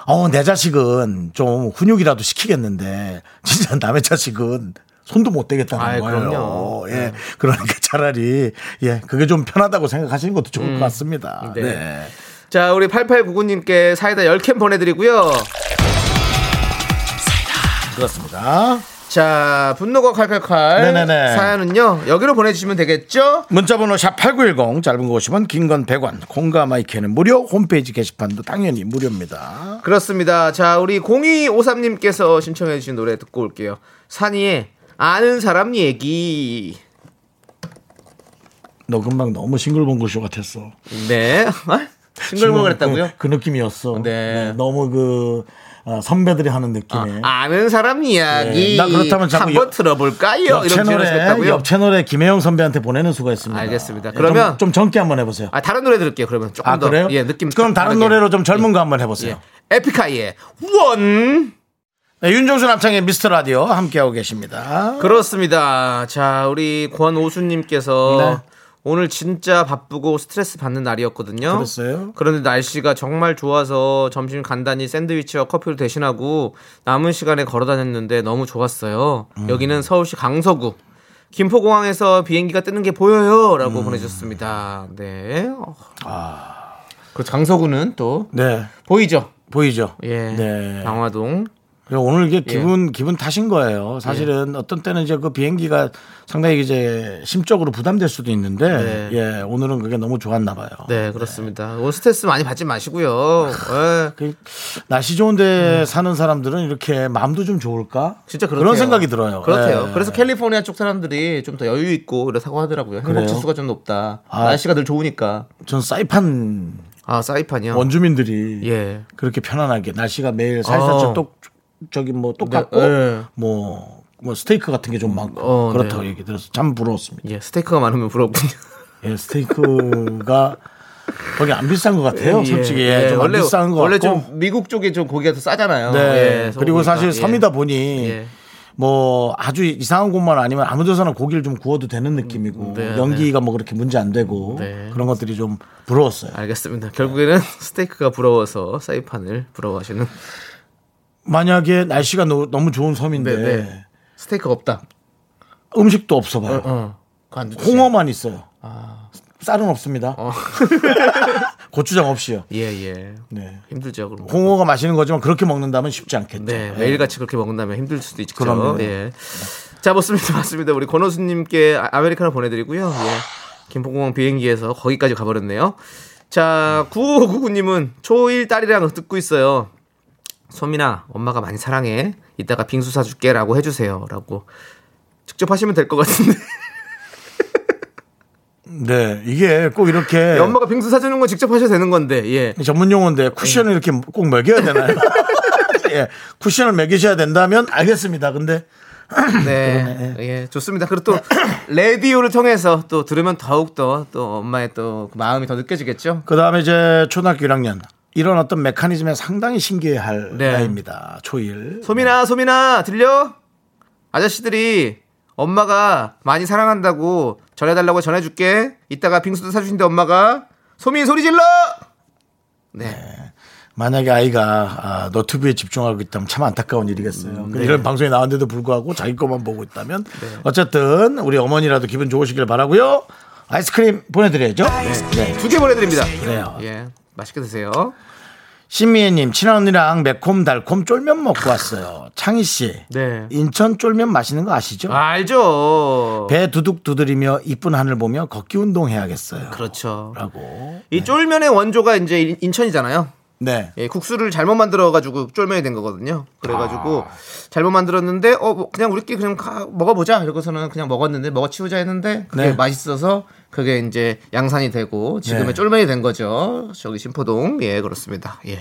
Speaker 1: 어, 내 자식은 좀 훈육이라도 시키겠는데, [LAUGHS] 진짜 남의 자식은 손도 못 대겠다는
Speaker 2: 아이,
Speaker 1: 거예요.
Speaker 2: 그럼요. 네.
Speaker 1: 예. 그러니까 차라리, 예, 그게 좀 편하다고 생각하시는 것도 좋을 것 같습니다.
Speaker 2: 음. 네.
Speaker 1: 네.
Speaker 2: 자, 우리 8899님께 사이다 10캔 보내드리고요.
Speaker 1: 그렇습니다.
Speaker 2: 자, 분노가 칼칼칼.
Speaker 1: 네네네.
Speaker 2: 사연은요, 여기로 보내주시면 되겠죠?
Speaker 1: 문자번호 샵8910 짧은 거 50원 긴 건 100원 공과 마이크는 무료 홈페이지 게시판도 당연히 무료입니다
Speaker 2: 그렇습니다. 자, 우리 0253님께서 신청해주신 노래 듣고 올게요. 산이의 아는 사람 얘기.
Speaker 1: 너 금방 너무 싱글벙글쇼 같았어
Speaker 2: 네. 아, 싱글벙글 했다고요?
Speaker 1: 그, 그 느낌이었어
Speaker 2: 네.
Speaker 1: 너무 그 어, 선배들이 하는 느낌에
Speaker 2: 아는 사람
Speaker 1: 네.
Speaker 2: 이야기.
Speaker 1: 나 그렇다면 자꾸
Speaker 2: 한번
Speaker 1: 옆-
Speaker 2: 들어볼까요?
Speaker 1: 옆
Speaker 2: 이런 질문을
Speaker 1: 채널에
Speaker 2: 했다고요?
Speaker 1: 옆 채널에 김혜영 선배한테 보내는 수가 있습니다
Speaker 2: 알겠습니다.
Speaker 1: 예,
Speaker 2: 그러면-
Speaker 1: 좀, 좀 젊게 한번 해보세요
Speaker 2: 아, 다른 노래 들을게요. 그러면 조금
Speaker 1: 아
Speaker 2: 더.
Speaker 1: 그래요?
Speaker 2: 예, 느낌.
Speaker 1: 그럼
Speaker 2: 좀
Speaker 1: 다른
Speaker 2: 다르게.
Speaker 1: 노래로 좀 젊은 거 한번
Speaker 2: 예.
Speaker 1: 해보세요
Speaker 2: 에픽하이의 원. 예.
Speaker 1: 네, 윤정수 남창의 미스터 라디오 함께하고 계십니다
Speaker 2: 그렇습니다. 자, 우리 권오수님께서 오늘 진짜 바쁘고 스트레스 받는 날이었거든요.
Speaker 1: 그랬어요?
Speaker 2: 그런데 날씨가 정말 좋아서 점심 간단히 샌드위치와 커피를 대신하고 남은 시간에 걸어 다녔는데 너무 좋았어요. 여기는 서울시 강서구. 김포공항에서 비행기가 뜨는 게 보여요. 라고 보내주셨습니다. 네. 음. 아. 그 강서구는 또
Speaker 1: 네
Speaker 2: 보이죠?
Speaker 1: 보이죠?
Speaker 2: 예.
Speaker 1: 네.
Speaker 2: 강화동.
Speaker 1: 그래서 오늘 이게 기분 기분 탓인 거예요. 사실은 어떤 때는 이제 그 비행기가 상당히 이제 심적으로 부담될 수도 있는데
Speaker 2: 네.
Speaker 1: 예 오늘은 그게 너무 좋았나 봐요.
Speaker 2: 네, 그렇습니다. 오늘 스트레스 많이 받지 마시고요. 예.
Speaker 1: 그 날씨 좋은데 사는 사람들은 이렇게 마음도 좀 좋을까?
Speaker 2: 진짜 그렇대요.
Speaker 1: 런 생각이 들어요.
Speaker 2: 그렇대요.
Speaker 1: 예.
Speaker 2: 그래서 캘리포니아 쪽 사람들이 좀 더 여유 있고 이렇다고 하더라고요. 행복
Speaker 1: 그래요?
Speaker 2: 지수가 좀 높다.
Speaker 1: 아.
Speaker 2: 날씨가 늘 좋으니까.
Speaker 1: 전 사이판
Speaker 2: 아 사이판이요.
Speaker 1: 원주민들이
Speaker 2: 예.
Speaker 1: 그렇게 편안하게 날씨가 매일 살짝
Speaker 2: 어.
Speaker 1: 똑 저기 뭐 똑같고
Speaker 2: 네, 예.
Speaker 1: 뭐. 뭐 스테이크 같은 게 좀 많고
Speaker 2: 어,
Speaker 1: 그렇다고 얘기 들어서 참 부러웠습니다.
Speaker 2: 예, 스테이크가 많으면 부럽군요.
Speaker 1: 예, 스테이크가 거기 안 비싼 것 같아요. 솔직히 예, 좀안
Speaker 2: 원래
Speaker 1: 비싼 것
Speaker 2: 원래
Speaker 1: 같고.
Speaker 2: 좀 미국 쪽에 좀 고기가 더 싸잖아요.
Speaker 1: 네.
Speaker 2: 예,
Speaker 1: 그리고
Speaker 2: 서울이니까.
Speaker 1: 사실
Speaker 2: 예.
Speaker 1: 섬이다 보니
Speaker 2: 예.
Speaker 1: 뭐 아주 이상한 곳만 아니면 아무 데서나 고기를 좀 구워도 되는 느낌이고
Speaker 2: 네,
Speaker 1: 연기가 뭐 그렇게 문제 안 되고
Speaker 2: 네.
Speaker 1: 그런 것들이 좀 부러웠어요.
Speaker 2: 알겠습니다. 결국에는 [LAUGHS] 스테이크가 부러워서 사이판을 부러워하시는
Speaker 1: 만약에 날씨가 너, 무 좋은 섬인데
Speaker 2: 네, 네. 스테이크가 없다.
Speaker 1: 음식도 없어 봐요.
Speaker 2: 어. 아. 어. 그거 안 좋지.
Speaker 1: 홍어만 있어요. 쌀은 없습니다. [LAUGHS] 고추장 없이요.
Speaker 2: 예, 예.
Speaker 1: 네.
Speaker 2: 힘들죠, 그럼.
Speaker 1: 홍어가 맛있는 거지만 그렇게 먹는다면 쉽지 않겠죠.
Speaker 2: 네, 매일같이 그렇게 먹는다면 힘들 수도 있죠.
Speaker 1: 그럼요.
Speaker 2: 예. 자, 맞습니다. 맞습니다. 우리 권호수님께 아- 아메리카노 보내드리고요. 예. 김포공항 비행기에서 거기까지 가버렸네요. 자, 9599님은 초1 딸이랑 듣고 있어요. 소민아, 엄마가 많이 사랑해. 이따가 빙수 사줄게 라고 해주세요. 라고. 직접 하시면 될 것 같은데.
Speaker 1: 네, 이게 꼭
Speaker 2: [LAUGHS]
Speaker 1: 이렇게
Speaker 2: 엄마가 빙수 사주는 건 직접 하셔도 되는 건데, 예.
Speaker 1: 전문 용어인데 쿠션을 이렇게 꼭 먹여야 [LAUGHS] 되나요? 예, 쿠션을 먹이셔야 된다면 알겠습니다. 근데
Speaker 2: 네. 예, 좋습니다. 그리고 또, 레디오를 통해서 또 들으면 더욱더 또 엄마의 또그 마음이 더 느껴지겠죠?
Speaker 1: 그 다음에 이제 초등학교 1학년 이런 어떤 메커니즘에 상당히 신기해할
Speaker 2: 네.
Speaker 1: 나이입니다. 초일.
Speaker 2: 소민아, 소민아, 들려? 아저씨들이 엄마가 많이 사랑한다고 전해달라고 전해줄게. 이따가 빙수도 사주신대 엄마가. 소민 소리 질러! 네.
Speaker 1: 만약에 아이가 아, 너튜브에 집중하고 있다면 참 안타까운 일이겠어요. 근데 이런 방송이 나왔는데도 불구하고 자기 것만 보고 있다면 어쨌든 우리 어머니라도 기분 좋으시길 바라고요. 아이스크림 보내드려야죠. 네.
Speaker 2: 두 개 보내드립니다.
Speaker 1: 그래요.
Speaker 2: 예. 맛있게 드세요.
Speaker 1: 신미애님 친한 언니랑 매콤 달콤 쫄면 먹고 왔어요. 창희 씨,
Speaker 2: 네.
Speaker 1: 인천 쫄면 맛있는 거 아시죠?
Speaker 2: 아, 알죠.
Speaker 1: 배 두둑 두드리며 이쁜 하늘 보며 걷기 운동 해야겠어요.
Speaker 2: 그렇죠.
Speaker 1: 라고.
Speaker 2: 이 쫄면의 원조가 이제 인- 인천이잖아요.
Speaker 1: 네.
Speaker 2: 예, 국수를 잘못 만들어가지고 쫄면이 된 거거든요. 그래가지고
Speaker 1: 아.
Speaker 2: 잘못 만들었는데 어 뭐, 그냥 우리끼리 그냥 가- 먹어보자 이러고서는 그냥 먹었는데 먹어치우자 했는데 그게
Speaker 1: 네.
Speaker 2: 맛있어서 그게 이제 양산이 되고 지금의
Speaker 1: 네.
Speaker 2: 쫄면이 된 거죠. 저기 심포동. 예, 그렇습니다.
Speaker 1: [LAUGHS]
Speaker 2: 예.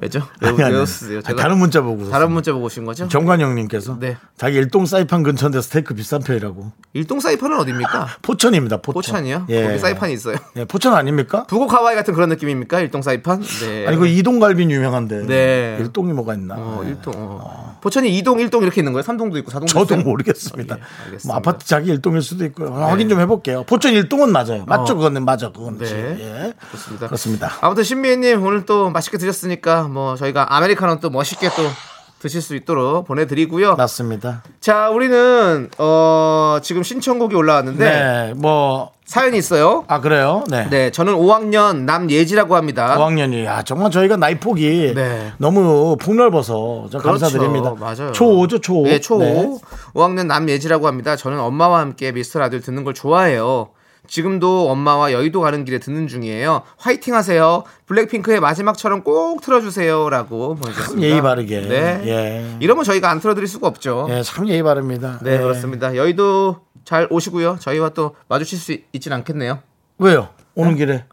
Speaker 2: 왜죠? 왜,
Speaker 1: 아니, 아니.
Speaker 2: 왜
Speaker 1: 아니,
Speaker 2: 웃으세요? 예, 제가
Speaker 1: 다른 문자 보고
Speaker 2: 다른
Speaker 1: 다른
Speaker 2: 문자 보고 오신 거죠?
Speaker 1: 정관영님께서
Speaker 2: 네.
Speaker 1: 자기 일동 사이판 근처인데 스테이크 비싼 편이라고
Speaker 2: 일동 사이판은
Speaker 1: [LAUGHS]
Speaker 2: 어디입니까?
Speaker 1: 포천입니다 포천
Speaker 2: 포천이요?
Speaker 1: 예.
Speaker 2: 거기 사이판이 있어요. [LAUGHS]
Speaker 1: 예, 포천 아닙니까?
Speaker 2: 부곡 하와이 같은 그런 느낌입니까? 일동 사이판? 네.
Speaker 1: 아니 그 이동갈비 유명한데
Speaker 2: 네.
Speaker 1: 일동이 뭐가 있나?
Speaker 2: 어,
Speaker 1: 예.
Speaker 2: 일동. 어. 포천이 이동, 일동 이렇게 있는 거예요? 삼동도 있고 사동도
Speaker 1: 저도
Speaker 2: 있어요?
Speaker 1: 모르겠습니다.
Speaker 2: 어, 예, 알겠습니다.
Speaker 1: 뭐 아파트 자기 일동일 수도 있고요. 아, 확인 좀 해볼게요. 포천 일동은 맞아요. 맞죠? 그거는 맞아. 그건
Speaker 2: 어. 네.
Speaker 1: 예.
Speaker 2: 그렇습니다.
Speaker 1: 그렇습니다.
Speaker 2: 아무튼 신미애님 오늘 또 맛있게 드셨으니까 뭐 저희가 아메리카노 또 멋있게 또 드실 수 있도록 보내드리고요.
Speaker 1: 맞습니다.
Speaker 2: 자, 우리는 어 지금 신청곡이 올라왔는데
Speaker 1: 네. 뭐,
Speaker 2: 사연이 있어요.
Speaker 1: 아, 그래요? 네.
Speaker 2: 네, 저는 5학년 남예지라고 합니다.
Speaker 1: 5학년이 야 정말 저희가 나이 폭이
Speaker 2: 네.
Speaker 1: 너무 폭넓어서 저
Speaker 2: 그렇죠.
Speaker 1: 감사드립니다.
Speaker 2: 맞아요.
Speaker 1: 초오죠 초오.
Speaker 2: 네, 초
Speaker 1: 네.
Speaker 2: 5학년 남예지라고 합니다. 저는 엄마와 함께 미스터 라디오 듣는 걸 좋아해요. 지금도 엄마와 여의도 가는 길에 듣는 중이에요. 화이팅 하세요. 블랙핑크의 마지막처럼 꼭 틀어주세요라고 보내주셨습니다.
Speaker 1: 예의 바르게.
Speaker 2: 네.
Speaker 1: 예.
Speaker 2: 이러면 저희가 안 틀어드릴 수가 없죠.
Speaker 1: 예, 참 예의 바릅니다.
Speaker 2: 네,
Speaker 1: 예.
Speaker 2: 그렇습니다. 여의도 잘 오시고요. 저희와 또 마주칠 수 있- 있진 않겠네요.
Speaker 1: 왜요? 오는 길에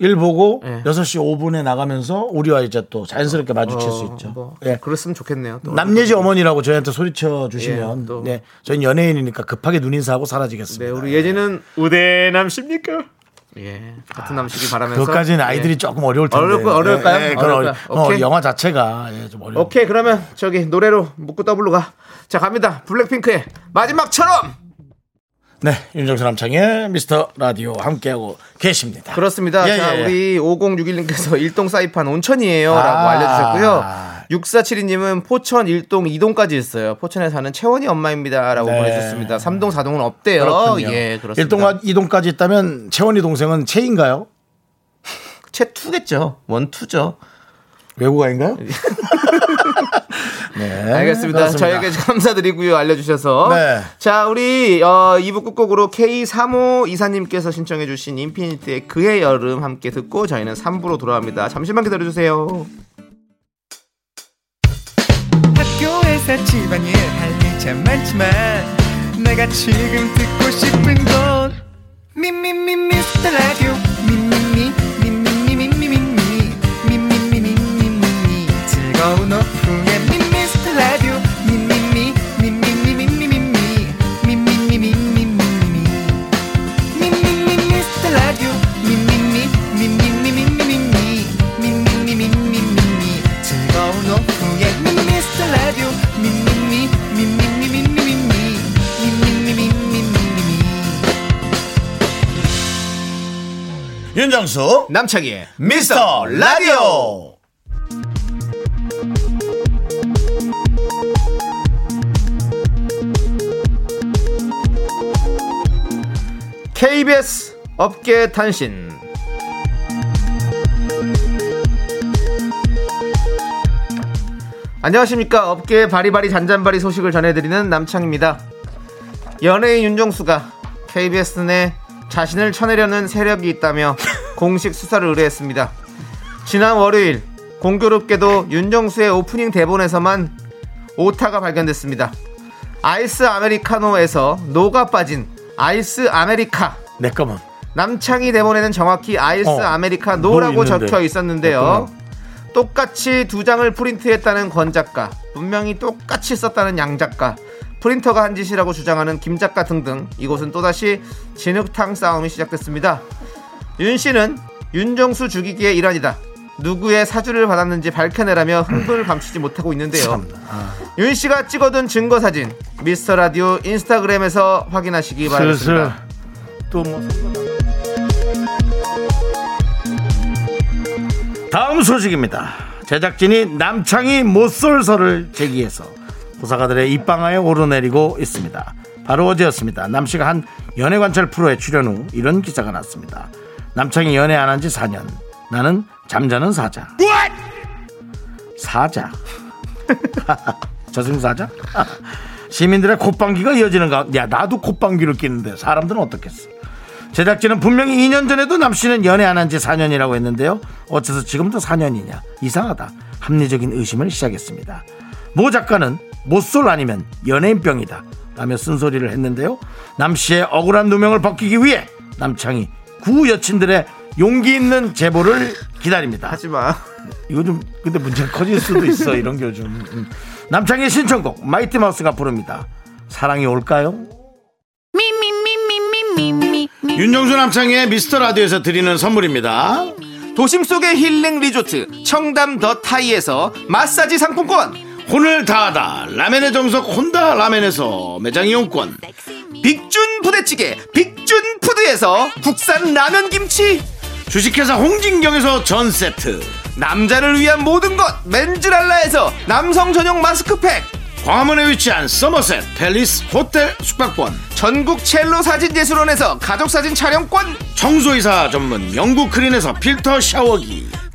Speaker 1: 일 보고
Speaker 2: 네.
Speaker 1: 6시 5분에 나가면서 우리와 이제 또 자연스럽게 마주칠 수 있죠.
Speaker 2: 뭐
Speaker 1: 예.
Speaker 2: 그랬으면 좋겠네요. 또.
Speaker 1: 남예지 어머니라고 저희한테 소리쳐 주시면
Speaker 2: 예, 또.
Speaker 1: 네, 저희는 연예인이니까 급하게 눈인사하고 사라지겠습니다.
Speaker 2: 네, 우리 예지는 우대남십니까? 예, 같은 남식이 바라면서.
Speaker 1: 그것까지는 아이들이
Speaker 2: 예.
Speaker 1: 조금 어려울 텐데.
Speaker 2: 어려울 거- 어려울까요?
Speaker 1: 예, 예, 그건 어려-
Speaker 2: 어려울까요?
Speaker 1: 어,
Speaker 2: 오케이.
Speaker 1: 영화 자체가 예, 좀 어려워.
Speaker 2: 오케이, 그러면 저기 노래로 묶고 더블로 가. 자, 갑니다. 블랙핑크의 마지막처럼.
Speaker 1: 네, 윤정수 남창의 미스터 라디오 함께하고 계십니다.
Speaker 2: 그렇습니다.
Speaker 1: 예,
Speaker 2: 자,
Speaker 1: 예, 예.
Speaker 2: 우리 5061님께서 [LAUGHS] 일동 사이판 온천이에요.
Speaker 1: 아.
Speaker 2: 라고 알려주셨고요. 6472님은 포천 일동 이동까지 있어요. 포천에 사는 채원이 엄마입니다. 라고
Speaker 1: 네.
Speaker 2: 보내주셨습니다. 삼동사동은 없대요.
Speaker 1: 그렇군요.
Speaker 2: 예, 그렇습니다.
Speaker 1: 일동과 이동까지 있다면 채원이 동생은 채인가요?
Speaker 2: 채투겠죠. 원투죠. [LAUGHS]
Speaker 1: 외국어인가요? 네,
Speaker 2: 알겠습니다.
Speaker 1: 그렇습니다.
Speaker 2: 저에게 감사드리고요. 알려주셔서.
Speaker 1: 네.
Speaker 2: 자, 우리 어, 2부 끝곡으로 K35 이사님께서 신청해 주신 인피니트의 그의 여름 함께 듣고 저희는 3부로 돌아옵니다. 잠시만 기다려주세요.
Speaker 6: 학교에서 집안일 할 일 참 많지만 내가 지금 듣고 싶은 건 미미미 미스터 라디오 미미미 미미미 미미미 미미미 미미미 즐거운 오후에 미스터 라디오 미미미 미미미 미미미 미미미 미미미
Speaker 1: 윤정수
Speaker 2: 남창희의
Speaker 1: 미스터 라디오.
Speaker 2: KBS 업계 탄신. 안녕하십니까. 업계의 바리바리 잔잔바리 소식을 전해드리는 남창입니다. 연예인 윤종수가 KBS 내 자신을 쳐내려는 세력이 있다며 공식 수사를 의뢰했습니다. 지난 월요일 공교롭게도 윤종수의 오프닝 대본에서만 오타가 발견됐습니다. 아이스 아메리카노에서 녹아 빠진 아이스 아메리카
Speaker 1: 내 거만.
Speaker 2: 남창희 대본에는 정확히 아이스
Speaker 1: 어,
Speaker 2: 아메리카노라고
Speaker 1: 노 있는데. 어.
Speaker 2: 적혀 있었는데요. 똑같이 두 장을 프린트했다는 권 작가, 분명히 똑같이 썼다는 양 작가, 프린터가 한 짓이라고 주장하는 김 작가 등등 이곳은 또다시 진흙탕 싸움이 시작됐습니다. 윤 씨는 윤정수 죽이기의 일환이다. 누구의 사주를 받았는지 밝혀내라며 흥분을 감추지 못하고 있는데요.
Speaker 1: 아.
Speaker 2: 윤 씨가 찍어둔 증거 사진 미스터 라디오 인스타그램에서 확인하시기
Speaker 1: 슬슬
Speaker 2: 바랍니다.
Speaker 1: 또뭐 다음 소식입니다. 제작진이 남창희 못쏠설을 제기해서 부사가들의 입방아에 오르내리고 있습니다. 바로 어제였습니다. 남씨가 한 연애관찰 프로에 출연 후 이런 기사가 났습니다. 남창희 연애 안 한 지 4년. 나는 잠자는 사자. 사자. 저승사자? [LAUGHS] 시민들의 콧방귀가 이어지는 가 야, 나도 콧방귀를 뀌는데 사람들은 어떻겠어? 제작진은 분명히 2년 전에도 남씨는 연애 안 한 지 4년이라고 했는데요. 어째서 지금도 4년이냐? 이상하다. 합리적인 의심을 시작했습니다. 모 작가는 모쏠 아니면 연예인병이다. 라며 쓴소리를 했는데요. 남 씨의 억울한 누명을 벗기기 위해 남창이 구 여친들의 용기 있는 제보를 기다립니다.
Speaker 2: 하지마.
Speaker 1: 이거 좀 근데 문제가 커질 수도 있어 이런 게 요즘 음. 남창의 신청곡 마이티 마우스가 부릅니다 사랑이 올까요? 윤정수 남창의 미스터 라디오에서 드리는 선물입니다
Speaker 2: 도심 속의 힐링 리조트 청담 더 타이에서 마사지 [LAUGHS] 상품권
Speaker 1: 혼을 다하다 라멘의 정석 혼다 라멘에서 매장 이용권
Speaker 2: 빅준 부대찌개 빅준 푸드에서 국산 라면 김치
Speaker 1: 주식회사 홍진경에서 전 세트
Speaker 2: 남자를 위한 모든 것 맨즈랄라에서 남성 전용 마스크팩
Speaker 1: 광화문에 위치한 서머셋 팰리스 호텔 숙박권
Speaker 2: 전국 첼로 사진 예술원에서 가족 사진 촬영권
Speaker 1: 청소이사 전문 영국 크린에서 필터 샤워기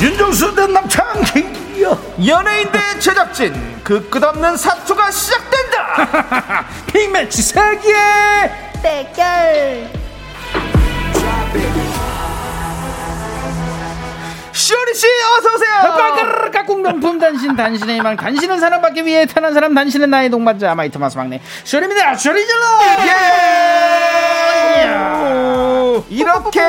Speaker 1: 윤정수 대 남창희
Speaker 2: 연예인 대 제작진 그 끝없는 사투가 시작된다 빅매치 세계 대결 시오리 씨 어서 오세요
Speaker 7: 깍꿍 명품 단신 단신의 희망 단신은 사랑받기 위해 태어난 사람 단신은 나의 동반자 마이토마스 막내 쇼리입니다 쇼리질러
Speaker 2: 예! 이렇게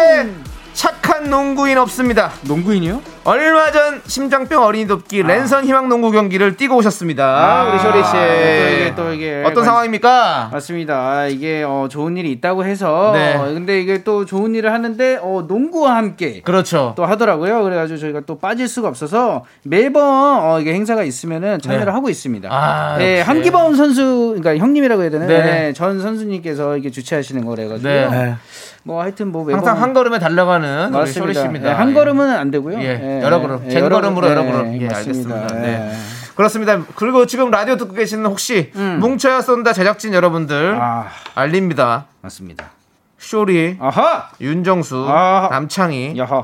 Speaker 2: 착한 농구인 없습니다
Speaker 7: 농구인이요?
Speaker 2: 얼마 전 심장병 어린이 돕기 랜선 희망 농구 경기를 뛰고 오셨습니다 우리 쇼리 씨
Speaker 7: 또 이게 또 이게
Speaker 2: 어떤
Speaker 7: 관-
Speaker 2: 상황입니까
Speaker 7: 맞습니다 아, 이게 어, 좋은 일이 있다고 해서
Speaker 2: 네.
Speaker 7: 어, 근데 이게 또 좋은 일을 하는데 어, 농구와 함께
Speaker 2: 그렇죠
Speaker 7: 또 하더라고요 그래가지고 저희가 또 빠질 수가 없어서 매번 어, 이게 행사가 있으면은 참여를 하고 있습니다
Speaker 2: 네. 아,
Speaker 7: 예,
Speaker 2: 역시.
Speaker 7: 한기범 선수 그러니까 형님이라고 해야 되나요?
Speaker 2: 네.
Speaker 7: 예, 전 선수님께서 이게 주최하시는 거래가지고
Speaker 2: 네.
Speaker 7: 뭐 하여튼 뭐 매번
Speaker 2: 항상 한 걸음에 달려가는 우리 쇼리 씨입니다.
Speaker 7: 예, 한 걸음은 안 되고요.
Speaker 2: 예, 여러 걸음. 제 걸음으로 여러 걸음. 예, 알겠습니다. 네. 그렇습니다. 그리고 지금 라디오 듣고 계시는 혹시 뭉쳐야 쏜다 제작진 여러분들
Speaker 7: 아,
Speaker 2: 알립니다.
Speaker 7: 맞습니다.
Speaker 2: 쇼리,
Speaker 7: 아하,
Speaker 2: 윤정수,
Speaker 7: 아.
Speaker 2: 남창희
Speaker 7: 야하.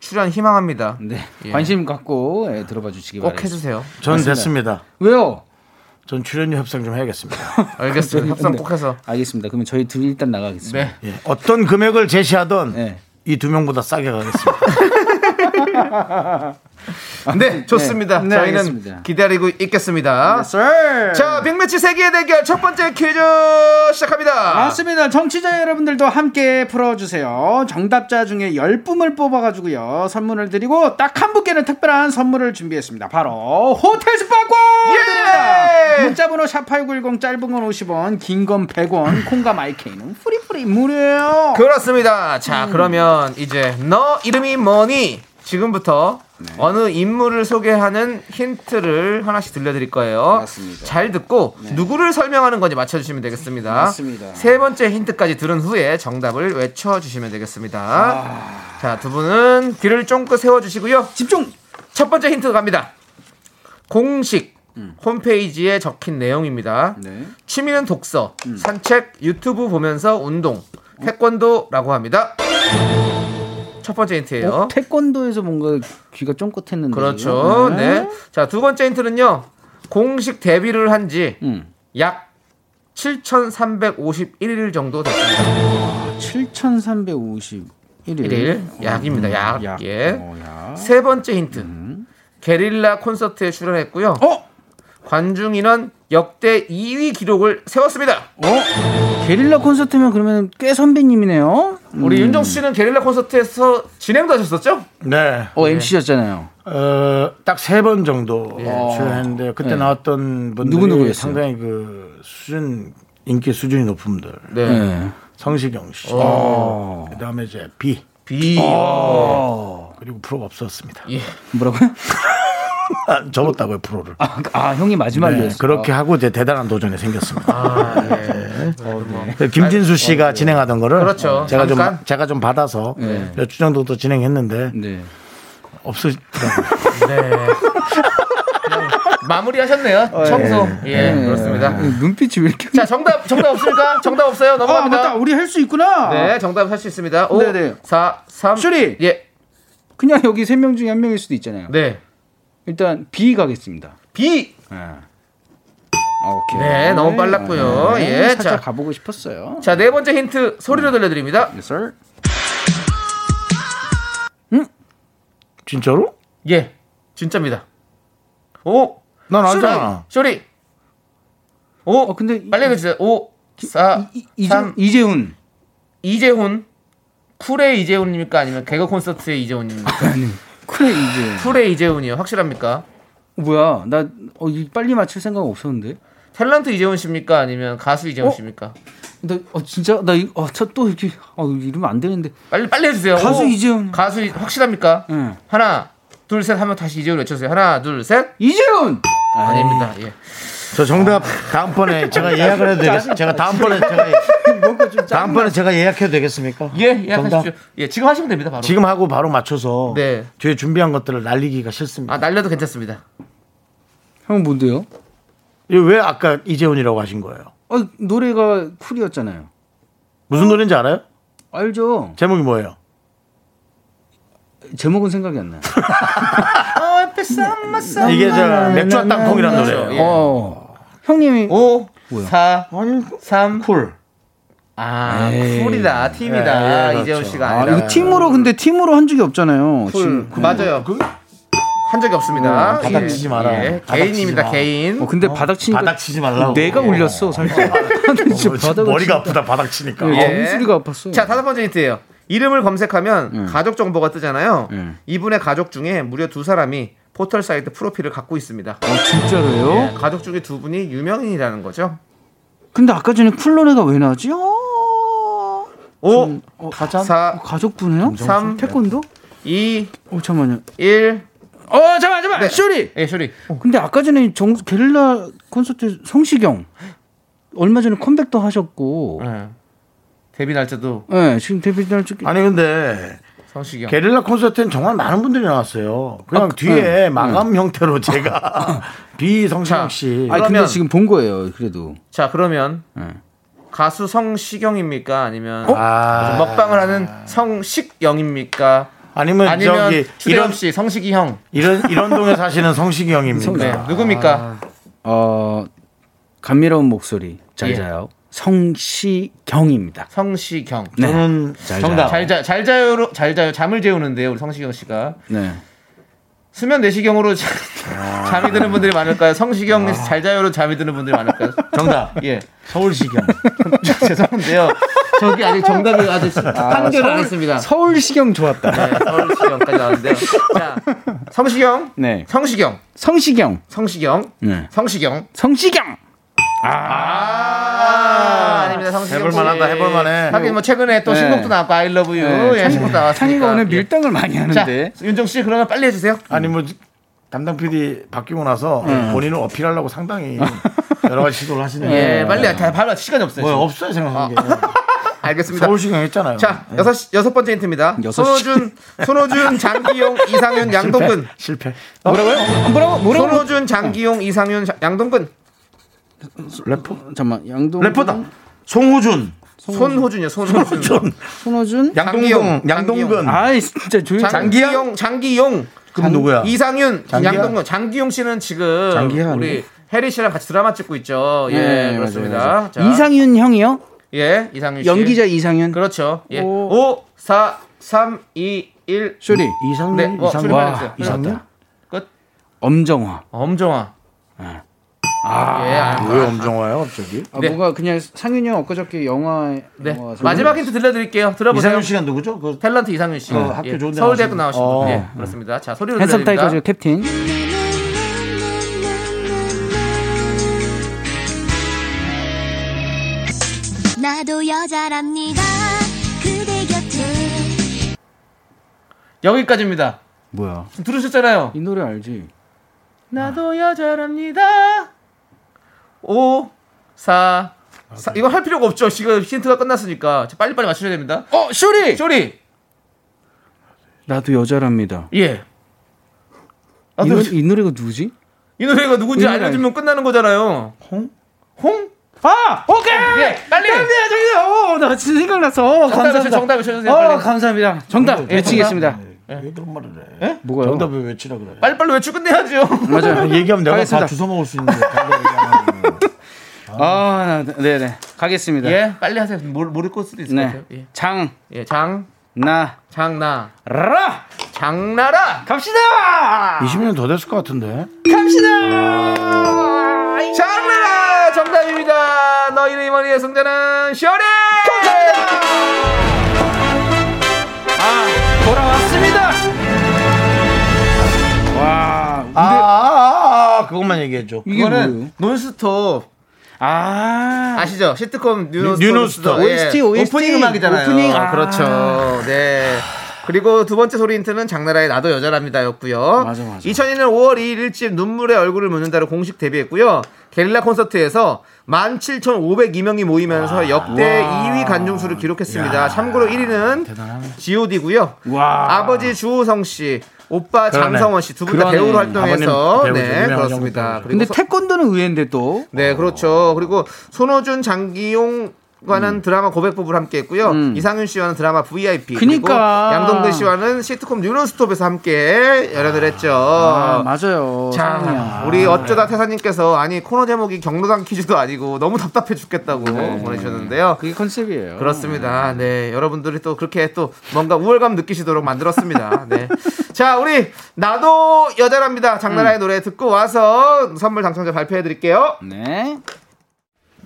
Speaker 2: 출연 희망합니다.
Speaker 7: 네,
Speaker 2: 예.
Speaker 7: 관심 갖고 예, 들어봐 주시기
Speaker 2: 꼭
Speaker 7: 바랍니다.
Speaker 2: 해주세요.
Speaker 1: 전 됐습니다
Speaker 7: 왜요?
Speaker 1: 전 출연료 협상 좀 해야겠습니다
Speaker 7: [LAUGHS]
Speaker 2: 알겠습니다. 협상
Speaker 7: 근데-
Speaker 2: 꼭 해서.
Speaker 7: 알겠습니다. 그러면 저희 둘이 일단 나가겠습니다.
Speaker 2: 네.
Speaker 1: 예, 어떤 금액을 제시하던
Speaker 7: 네.
Speaker 1: 이 두 명보다 싸게 가겠습니다
Speaker 2: 네, 좋습니다.
Speaker 7: 아, 네,
Speaker 2: 저희는
Speaker 7: 알겠습니다.
Speaker 2: 기다리고 있겠습니다.
Speaker 7: 네.
Speaker 2: 자, 빅매치 세계의 대결 첫 번째 퀴즈 시작합니다.
Speaker 7: 아, 맞습니다. 청취자 여러분들도 함께 풀어주세요. 정답자 중에 10분을 뽑아가지고요. 선물을 드리고 딱 한 분께는 특별한 선물을 준비했습니다. 바로 호텔 스파권!
Speaker 2: 예!
Speaker 7: 드립니다. 문자번호 샵8910 짧은 건 50원, 긴 건 100원, 콩과 마이케이는 프리프리 무료예요.
Speaker 2: 그렇습니다. 자,
Speaker 7: 음.
Speaker 2: 그러면 이제 너 이름이 뭐니? 지금부터
Speaker 7: 네.
Speaker 2: 어느 인물을 소개하는 힌트를 하나씩 들려드릴 거예요.
Speaker 7: 맞습니다. 네.
Speaker 2: 잘 듣고 누구를 설명하는 건지 맞춰주시면 되겠습니다.
Speaker 7: 맞습니다.
Speaker 2: 세 번째 힌트까지 들은 후에 정답을 외쳐주시면 되겠습니다.
Speaker 7: 아.
Speaker 2: 자, 두 분은 귀를 쫑긋 세워주시고요.
Speaker 7: 집중!
Speaker 2: 첫 번째 힌트 갑니다. 공식 홈페이지에 적힌 내용입니다.
Speaker 7: 음. 네. 음.
Speaker 2: 취미는 독서, 산책, 유튜브 보면서 운동,
Speaker 7: 어?
Speaker 2: 태권도라고 합니다. 첫 번째 힌트예요.
Speaker 7: 어, 태권도에서 뭔가 귀가 쫑긋했는데.
Speaker 2: 그렇죠. 네. 자, 두 번째 힌트는요. 공식 데뷔를 한 지 약
Speaker 7: 음.
Speaker 2: 7,351일 정도 됐습니다.
Speaker 7: 7,351일.
Speaker 2: 네. 일 약입니다. 약.
Speaker 7: 음. 약.
Speaker 2: 예.
Speaker 7: 어, 약. 음.
Speaker 2: 세 번째 힌트. 게릴라 콘서트에 출연했고요.
Speaker 7: 어?
Speaker 2: 관중 인원 역대 2위 기록을 세웠습니다.
Speaker 7: 어? 게릴라 콘서트면 그러면 꽤 선배님이네요.
Speaker 2: 우리 윤정수 씨는 게릴라 콘서트에서 진행도 하셨었죠?
Speaker 1: 네
Speaker 7: 어 MC였잖아요.
Speaker 1: 어, 딱 세 번 정도 출연했는데 그때 나왔던 분들이
Speaker 7: 누구누구였어요?
Speaker 1: 상당히 그 수준 인기 수준이 높은 분들
Speaker 2: 네.
Speaker 1: 성시경 씨 그다음에 이제 비
Speaker 2: 비.
Speaker 7: 어.
Speaker 1: 그리고 프로 없었습니다
Speaker 7: 뭐라고요?
Speaker 1: 아, 접었다고요 프로를
Speaker 7: 아, 아, 형이
Speaker 1: 네,
Speaker 7: 마지막이었어.
Speaker 1: 그렇게 하고 이제 대단한 도전에 생겼습니다 그 김진수 씨가 진행하던 거를
Speaker 2: 그렇죠.
Speaker 1: 제가 좀
Speaker 2: 잠깐.
Speaker 1: 제가 좀 받아서 몇 주 정도 더
Speaker 7: 음.
Speaker 1: 진행했는데
Speaker 7: 네.
Speaker 1: 없으시더라고요
Speaker 2: 네. 그냥 마무리하셨네요.
Speaker 7: 어,
Speaker 2: 청소. 예, 그렇습니다.
Speaker 7: 네. 음. 눈빛이 왜 이렇게.
Speaker 2: 자, 정답, 정답 없습니까? 정답 없어요.
Speaker 7: 아,
Speaker 2: 넘어갑니다.
Speaker 7: 맞다. 우리 할 수 있구나.
Speaker 2: 네, 정답 할 수 있습니다. 5,
Speaker 7: 네네.
Speaker 2: 4, 3.
Speaker 7: 슈리.
Speaker 2: 예.
Speaker 7: 그냥 여기 세 명 중에 한 명일 수도 있잖아요.
Speaker 2: 네.
Speaker 7: 일단 B 가겠습니다.
Speaker 2: B.
Speaker 7: 아, 오케이. 아, 네.
Speaker 2: 네, 너무 빨랐고요. 예,
Speaker 7: 살짝
Speaker 2: 자.
Speaker 7: 가보고 싶었어요.
Speaker 2: 자, 네 번째 힌트 소리로 들려드립니다.
Speaker 7: 음. Yes, sir.
Speaker 1: 진짜로?
Speaker 2: 음? 예. 진짜입니다.
Speaker 7: 어?
Speaker 2: 오.
Speaker 1: 난
Speaker 2: 슈리.
Speaker 1: 알잖아.
Speaker 2: 슈리. 오.
Speaker 7: 어, 근데 이-
Speaker 2: 빨리 해주세요. 5, 4,
Speaker 7: 이,
Speaker 2: 이,
Speaker 7: 이,
Speaker 2: 3.
Speaker 7: 재훈
Speaker 2: 이재훈. 쿨의 이재훈입니까? 아니면 개그 콘서트의
Speaker 7: [LAUGHS]
Speaker 2: 이재훈입니까?
Speaker 7: 그래 이재훈.
Speaker 2: 쿨의 이재훈이요. 확실합니까?
Speaker 7: 어, 뭐야? 나 어, 이 빨리 맞출 생각 없었는데.
Speaker 2: 탤런트 이재훈 씨입니까? 아니면 가수 이재훈
Speaker 7: 어?
Speaker 2: 씨입니까?
Speaker 7: 나 어, 진짜 나어저또 이렇게 어, 이러면 안 되는데.
Speaker 2: 빨리 빨리 해주세요.
Speaker 7: 가수
Speaker 2: 오.
Speaker 7: 이재훈.
Speaker 2: 가수 이- 확실합니까?
Speaker 7: 응.
Speaker 2: 하나, 둘, 셋 하면 다시 이재훈 외쳐주세요. 하나, 둘, 셋.
Speaker 7: 이재훈.
Speaker 2: 아닙니다. 예.
Speaker 1: 저 정답 다음번에 제가 예약을 해도 되겠어요? 제가 다음번에 제가 예- 다음번에 제가 예약해도 되겠습니까?
Speaker 2: 예, 예,
Speaker 1: 정답.
Speaker 2: 하십시오. 예, 지금 하시면 됩니다. 바로.
Speaker 1: 지금 하고 바로 맞춰서
Speaker 2: 네.
Speaker 1: 뒤에 준비한 것들을 날리기가 싫습니다.
Speaker 2: 아 날려도 괜찮습니다.
Speaker 7: 형 뭔데요?
Speaker 1: 이거 왜 아까 이재훈이라고 하신 거예요?
Speaker 7: 어, 노래가 쿨이었잖아요.
Speaker 1: 무슨 노래인지 알아요?
Speaker 7: 알죠.
Speaker 1: 제목이 뭐예요?
Speaker 7: 제목은 생각이 안 나요.
Speaker 1: 이게 저 맥주 한 땅콩이라는 노래예요.
Speaker 2: 예.
Speaker 7: 어. 형님이
Speaker 2: 5, 4, 3.
Speaker 1: 쿨.
Speaker 2: 아, 쿨이다. 팀이다.
Speaker 1: 예, 예,
Speaker 2: 이재훈
Speaker 1: 그렇죠.
Speaker 2: 씨가
Speaker 7: 아,
Speaker 2: 아니라.
Speaker 7: 이거 팀으로 근데 팀으로 한 적이 없잖아요.
Speaker 2: 쿨.
Speaker 7: 지금. 그
Speaker 2: 맞아요. 한 적이 없습니다.
Speaker 1: 그 음, 바닥치지
Speaker 2: 예,
Speaker 1: 마라.
Speaker 2: 예.
Speaker 1: 바닥치지
Speaker 2: 개인입니다.
Speaker 1: 마.
Speaker 2: 개인.
Speaker 7: 어, 근데 바닥 치니까
Speaker 1: 바닥 치지 말라고.
Speaker 7: 내가 울렸어, 살짝. [LAUGHS] 나는 진짜 바닥을
Speaker 1: 어, 머리가
Speaker 7: 치니까.
Speaker 1: 아프다 바닥 치니까.
Speaker 7: 예.
Speaker 1: 어.
Speaker 7: 정수리가 아팠어요.
Speaker 2: 자, 다섯 번째 힌트예요. 이름을 검색하면
Speaker 1: 음.
Speaker 2: 가족 정보가 뜨잖아요.
Speaker 7: 음.
Speaker 2: 이분의 가족 중에 무려 두 사람이 포털 사이트 프로필을 갖고 있습니다.
Speaker 1: 음.
Speaker 7: 어, 진짜로요?
Speaker 2: 예, 가족 중에 두 분이 유명인이라는 거죠.
Speaker 7: 근데 아까 전에 쿨 노래가 왜 나지? 아! 어...
Speaker 1: 음.
Speaker 2: 5,
Speaker 7: 어, 가자.
Speaker 2: 사-
Speaker 7: 어, 가족분이요?
Speaker 2: 삼-
Speaker 7: 태권도?
Speaker 2: 2,
Speaker 7: 어, 잠깐만요.
Speaker 2: 1.
Speaker 7: 어, 잠깐만, 잠깐만.
Speaker 2: 네.
Speaker 7: 쇼리.
Speaker 2: 예, 쇼리.
Speaker 7: 근데 아까 전에 정 게릴라 콘서트 성시경 얼마 전에 컴백도 하셨고.
Speaker 2: 예. 데뷔 날짜도
Speaker 7: 예, 지금 데뷔 날 쪽.
Speaker 1: 아니 근데
Speaker 2: 성시경.
Speaker 1: 게릴라 콘서트엔 정말 많은 분들이 나왔어요. 그냥 뒤에 마감 형태로 제가 [LAUGHS] 비성시경
Speaker 2: 자,
Speaker 1: 씨.
Speaker 7: 아, 근데
Speaker 2: 그러면-
Speaker 7: 지금 본 거예요. 그래도.
Speaker 2: 자, 그러면
Speaker 7: 예.
Speaker 2: 가수 성시경입니까? 아니면
Speaker 1: 네. 아.
Speaker 2: 먹방을 하는 성식영입니까?
Speaker 1: 아니면,
Speaker 2: 아니면
Speaker 1: 저기
Speaker 2: 추대엽
Speaker 1: 이런
Speaker 2: 씨, 성식이 형.
Speaker 1: 이런 이런 동에 사시는
Speaker 2: 네,
Speaker 1: 성시경입니다.
Speaker 2: 누굽니까?
Speaker 7: 어, 감미로운 목소리. 잘
Speaker 2: 예.
Speaker 7: 자요. 성시경입니다.
Speaker 2: 성시경.
Speaker 7: 네.
Speaker 1: 저는
Speaker 7: 잘
Speaker 1: 정답.
Speaker 2: 잘 자, 잘 자요로 잘 자요. 잠을 재우는데요, 우리 성시경 씨가.
Speaker 7: 네.
Speaker 2: 수면 내시경으로 자-
Speaker 1: 아.
Speaker 2: 잠이 드는 분들이 많을까요? 성시경 잘 자요로 잠이 드는 분들이 많을까요?
Speaker 1: 정답.
Speaker 2: 예.
Speaker 1: 서울시경.
Speaker 2: [LAUGHS] 죄송한데요. 저기 아직 정답을 아직 판결을 안 했습니다.
Speaker 7: 서울시경 좋았다.
Speaker 2: 네, 서울시경까지 나왔는데요. 자, 성시경,
Speaker 7: 네.
Speaker 2: 성시경,
Speaker 7: 성시경.
Speaker 2: 성시경,
Speaker 1: 음.
Speaker 7: 네.
Speaker 2: 성시경.
Speaker 7: 성시경.
Speaker 2: 아, 아닙니다. 성시경.
Speaker 1: 해볼 만하다,
Speaker 2: 씨.
Speaker 1: 해볼 네, 만해.
Speaker 2: 하긴 뭐 최근에 또
Speaker 7: 네.
Speaker 2: 신곡도 나왔고, I love you. 예, 신곡도 나왔으니까.
Speaker 7: 창이가 오늘 밀당을 많이
Speaker 2: 예. 자,
Speaker 7: 하는데.
Speaker 2: 윤정 씨, 그러면 빨리 해주세요.
Speaker 1: 아니 뭐 담당 PD 바뀌고 나서 본인을 어필하려고 상당히 여러 가지 시도를 하시네요.
Speaker 2: 예, 빨리, 다, 바로 시간이 없어요.
Speaker 1: 뭐
Speaker 2: 지금.
Speaker 1: 없어요 생각한 게.
Speaker 2: 알겠습니다.
Speaker 1: 서울시경 네. 했잖아요.
Speaker 2: 자, 여섯, 시- 여섯 번째 힌트입니다. 손호준, 손호준, 장기용,
Speaker 1: [LAUGHS]
Speaker 2: 이상윤, 양동근.
Speaker 1: 실패. 어?
Speaker 7: 뭐라고요? 뭐라고? 뭐라고?
Speaker 2: 손호준, 장기용, 이상윤, 자- 양동근.
Speaker 7: 래퍼. 잠만. 양동.
Speaker 1: 래퍼다. 송호준,
Speaker 2: 손호준이요, 손호준.
Speaker 1: 전,
Speaker 7: 손호준.
Speaker 1: 양동근,
Speaker 2: 장기용,
Speaker 1: 양동근.
Speaker 7: 아이 진짜 조용히.
Speaker 2: 장기용 장기용,
Speaker 1: 그럼 누구야?
Speaker 2: 이상윤,
Speaker 1: 장기야?
Speaker 2: 양동근. 장기용 씨는 지금
Speaker 1: 장기야,
Speaker 2: 우리 해리 씨랑 같이 드라마 찍고 있죠. 예,
Speaker 7: 네,
Speaker 2: 그렇습니다.
Speaker 7: 맞아요, 맞아요.
Speaker 2: 자,
Speaker 7: 이상윤 형이요?
Speaker 2: 예, 이상윤 씨.
Speaker 7: 연기자 이상윤.
Speaker 2: 그렇죠. 예.
Speaker 7: 오.
Speaker 2: 5, 4, 3, 2, 1.
Speaker 7: 쇼리.
Speaker 1: 이상윤,
Speaker 2: 네, 어,
Speaker 1: 이상윤,
Speaker 2: 출발해 주세요.
Speaker 1: 아, 이상윤.
Speaker 7: 엄정화.
Speaker 2: 엄정화. 아, 예, 아,
Speaker 1: 왜 엄정화요, 갑자기?
Speaker 7: 아,
Speaker 2: 네.
Speaker 7: 뭔가 그냥 상윤이 형 엊그저께 영화.
Speaker 2: 네.
Speaker 7: 뭐,
Speaker 2: 마지막 힌트 들려드릴게요. 들어보세요.
Speaker 1: 이상윤 씨가 누구죠? 그
Speaker 2: 탤런트 이상윤 씨. 예,
Speaker 1: 어, 학교 좋은 데
Speaker 2: 서울대학교
Speaker 1: 나오신
Speaker 2: 나오신 분.
Speaker 1: 분.
Speaker 2: 예,
Speaker 1: 어.
Speaker 2: 그렇습니다. 자, 소리로
Speaker 7: 핸섬
Speaker 2: 들려드립니다.
Speaker 7: 타이거즈 캡틴.
Speaker 5: 나도 여자랍니다. 그대 곁에
Speaker 2: 여기까지입니다.
Speaker 7: 뭐야?
Speaker 2: 지금 들으셨잖아요.
Speaker 7: 이 노래 알지?
Speaker 2: 나도 여자랍니다. 5 4 4 이거 할 필요가 없죠. 지금 힌트가 끝났으니까 자, 빨리빨리 맞추셔야 됩니다.
Speaker 7: 어 쇼리.
Speaker 2: 쇼리.
Speaker 7: 나도 여자랍니다.
Speaker 2: 예.
Speaker 7: 이,
Speaker 2: 나도
Speaker 7: 노,
Speaker 2: 여자-
Speaker 7: 아, 네. 이 노래가 누구지?
Speaker 2: 이 노래가 누군지
Speaker 7: 이 노래
Speaker 2: 알려주면 끝나는 거잖아요.
Speaker 7: 홍?
Speaker 2: 홍?
Speaker 7: 아, 오케이!
Speaker 2: 예, 빨리!
Speaker 7: 야 저기요! 어, 나 진짜 생각났어. 어, 감사합니다.
Speaker 2: 정답을 쳐주세요,
Speaker 7: 어,
Speaker 2: 빨리.
Speaker 7: 감사합니다. 정답 네, 외치겠습니다. 예?
Speaker 1: 왜 그런 예, 말을 해?
Speaker 7: 뭐가요?
Speaker 1: 정답을 외치라 그래.
Speaker 2: 빨리빨리 외출 끝내야죠.
Speaker 7: 맞아요.
Speaker 1: 얘기하면 내가
Speaker 7: 가겠습니다.
Speaker 1: 다 주워 먹을 수 있는데. 달걀 얘기하면.
Speaker 7: 아, 네, 네. 가겠습니다.
Speaker 2: 예, [LAUGHS] 빨리 하세요. 모를, 모를 것 수도 있을 것
Speaker 7: 네.
Speaker 2: 같아요. 예.
Speaker 7: 장,
Speaker 2: 예, 장,
Speaker 7: 나,
Speaker 2: 장나,
Speaker 7: 라!
Speaker 2: 장나라!
Speaker 7: 갑시다! 아,
Speaker 1: 20년 더 됐을 것 같은데.
Speaker 2: 장나라! 정답입니다. 너희는 이머니의 승자는 시어리!
Speaker 7: 돌아왔습니다! 와,
Speaker 1: 아, 아, 아, 아, 그것만 얘기해줘.
Speaker 7: 이게 뭐예요?
Speaker 2: 이거는 논스톱
Speaker 7: 아,
Speaker 2: 아시죠? 시트콤
Speaker 1: 뉴- 뉴노스톱.
Speaker 2: 뉴노스톱 예.
Speaker 7: OST, OST.
Speaker 2: 오프닝 음악이잖아요.
Speaker 7: 오프닝, 아.
Speaker 2: 그렇죠. 네. 그리고 두 번째 소리 힌트는 장나라의 나도 여자랍니다였고요.
Speaker 7: 맞아, 맞아.
Speaker 2: 2002년 5월 2일쯤 눈물의 얼굴을 묻는다로 공식 데뷔했고요. 게릴라 콘서트에서 17,502명이 모이면서 역대 2위 관중수를 기록했습니다. 참고로 1위는 G.O.D고요.
Speaker 7: 와.
Speaker 2: 아버지 주호성 씨, 오빠
Speaker 1: 그러네.
Speaker 2: 장성원 씨 두 분 다
Speaker 1: 그러네.
Speaker 2: 배우로 활동해서
Speaker 1: 아버님 배우죠.
Speaker 2: 네
Speaker 1: 유명한
Speaker 2: 그렇습니다.
Speaker 1: 정국
Speaker 2: 그리고
Speaker 7: 근데
Speaker 2: 서-
Speaker 7: 태권도는 의외인데 또.
Speaker 2: 네, 그렇죠. 그리고 손호준, 장기용 과는
Speaker 7: 음.
Speaker 2: 드라마 고백부부를 함께 했고요. 이상윤 씨와는 드라마 VIP. 그리고
Speaker 7: 그니까.
Speaker 2: 양동근 씨와는 시트콤 뉴런스톱에서 함께 열연을 했죠.
Speaker 7: 아, 맞아요. 네.
Speaker 2: 자,
Speaker 7: 상이야.
Speaker 2: 우리 어쩌다 태사님께서 아니 코너 제목이 경로당 퀴즈도 아니고 너무 답답해 죽겠다고
Speaker 7: 네.
Speaker 2: 보내주셨는데요.
Speaker 7: 그게 컨셉이에요.
Speaker 2: 그렇습니다. 네, 여러분들이 또 그렇게 또 뭔가 우월감 느끼시도록 만들었습니다. 네, 자, 우리 나도 여자랍니다. 장나라의
Speaker 7: 음.
Speaker 2: 노래 듣고 와서 선물 당첨자 발표해드릴게요.
Speaker 7: 네.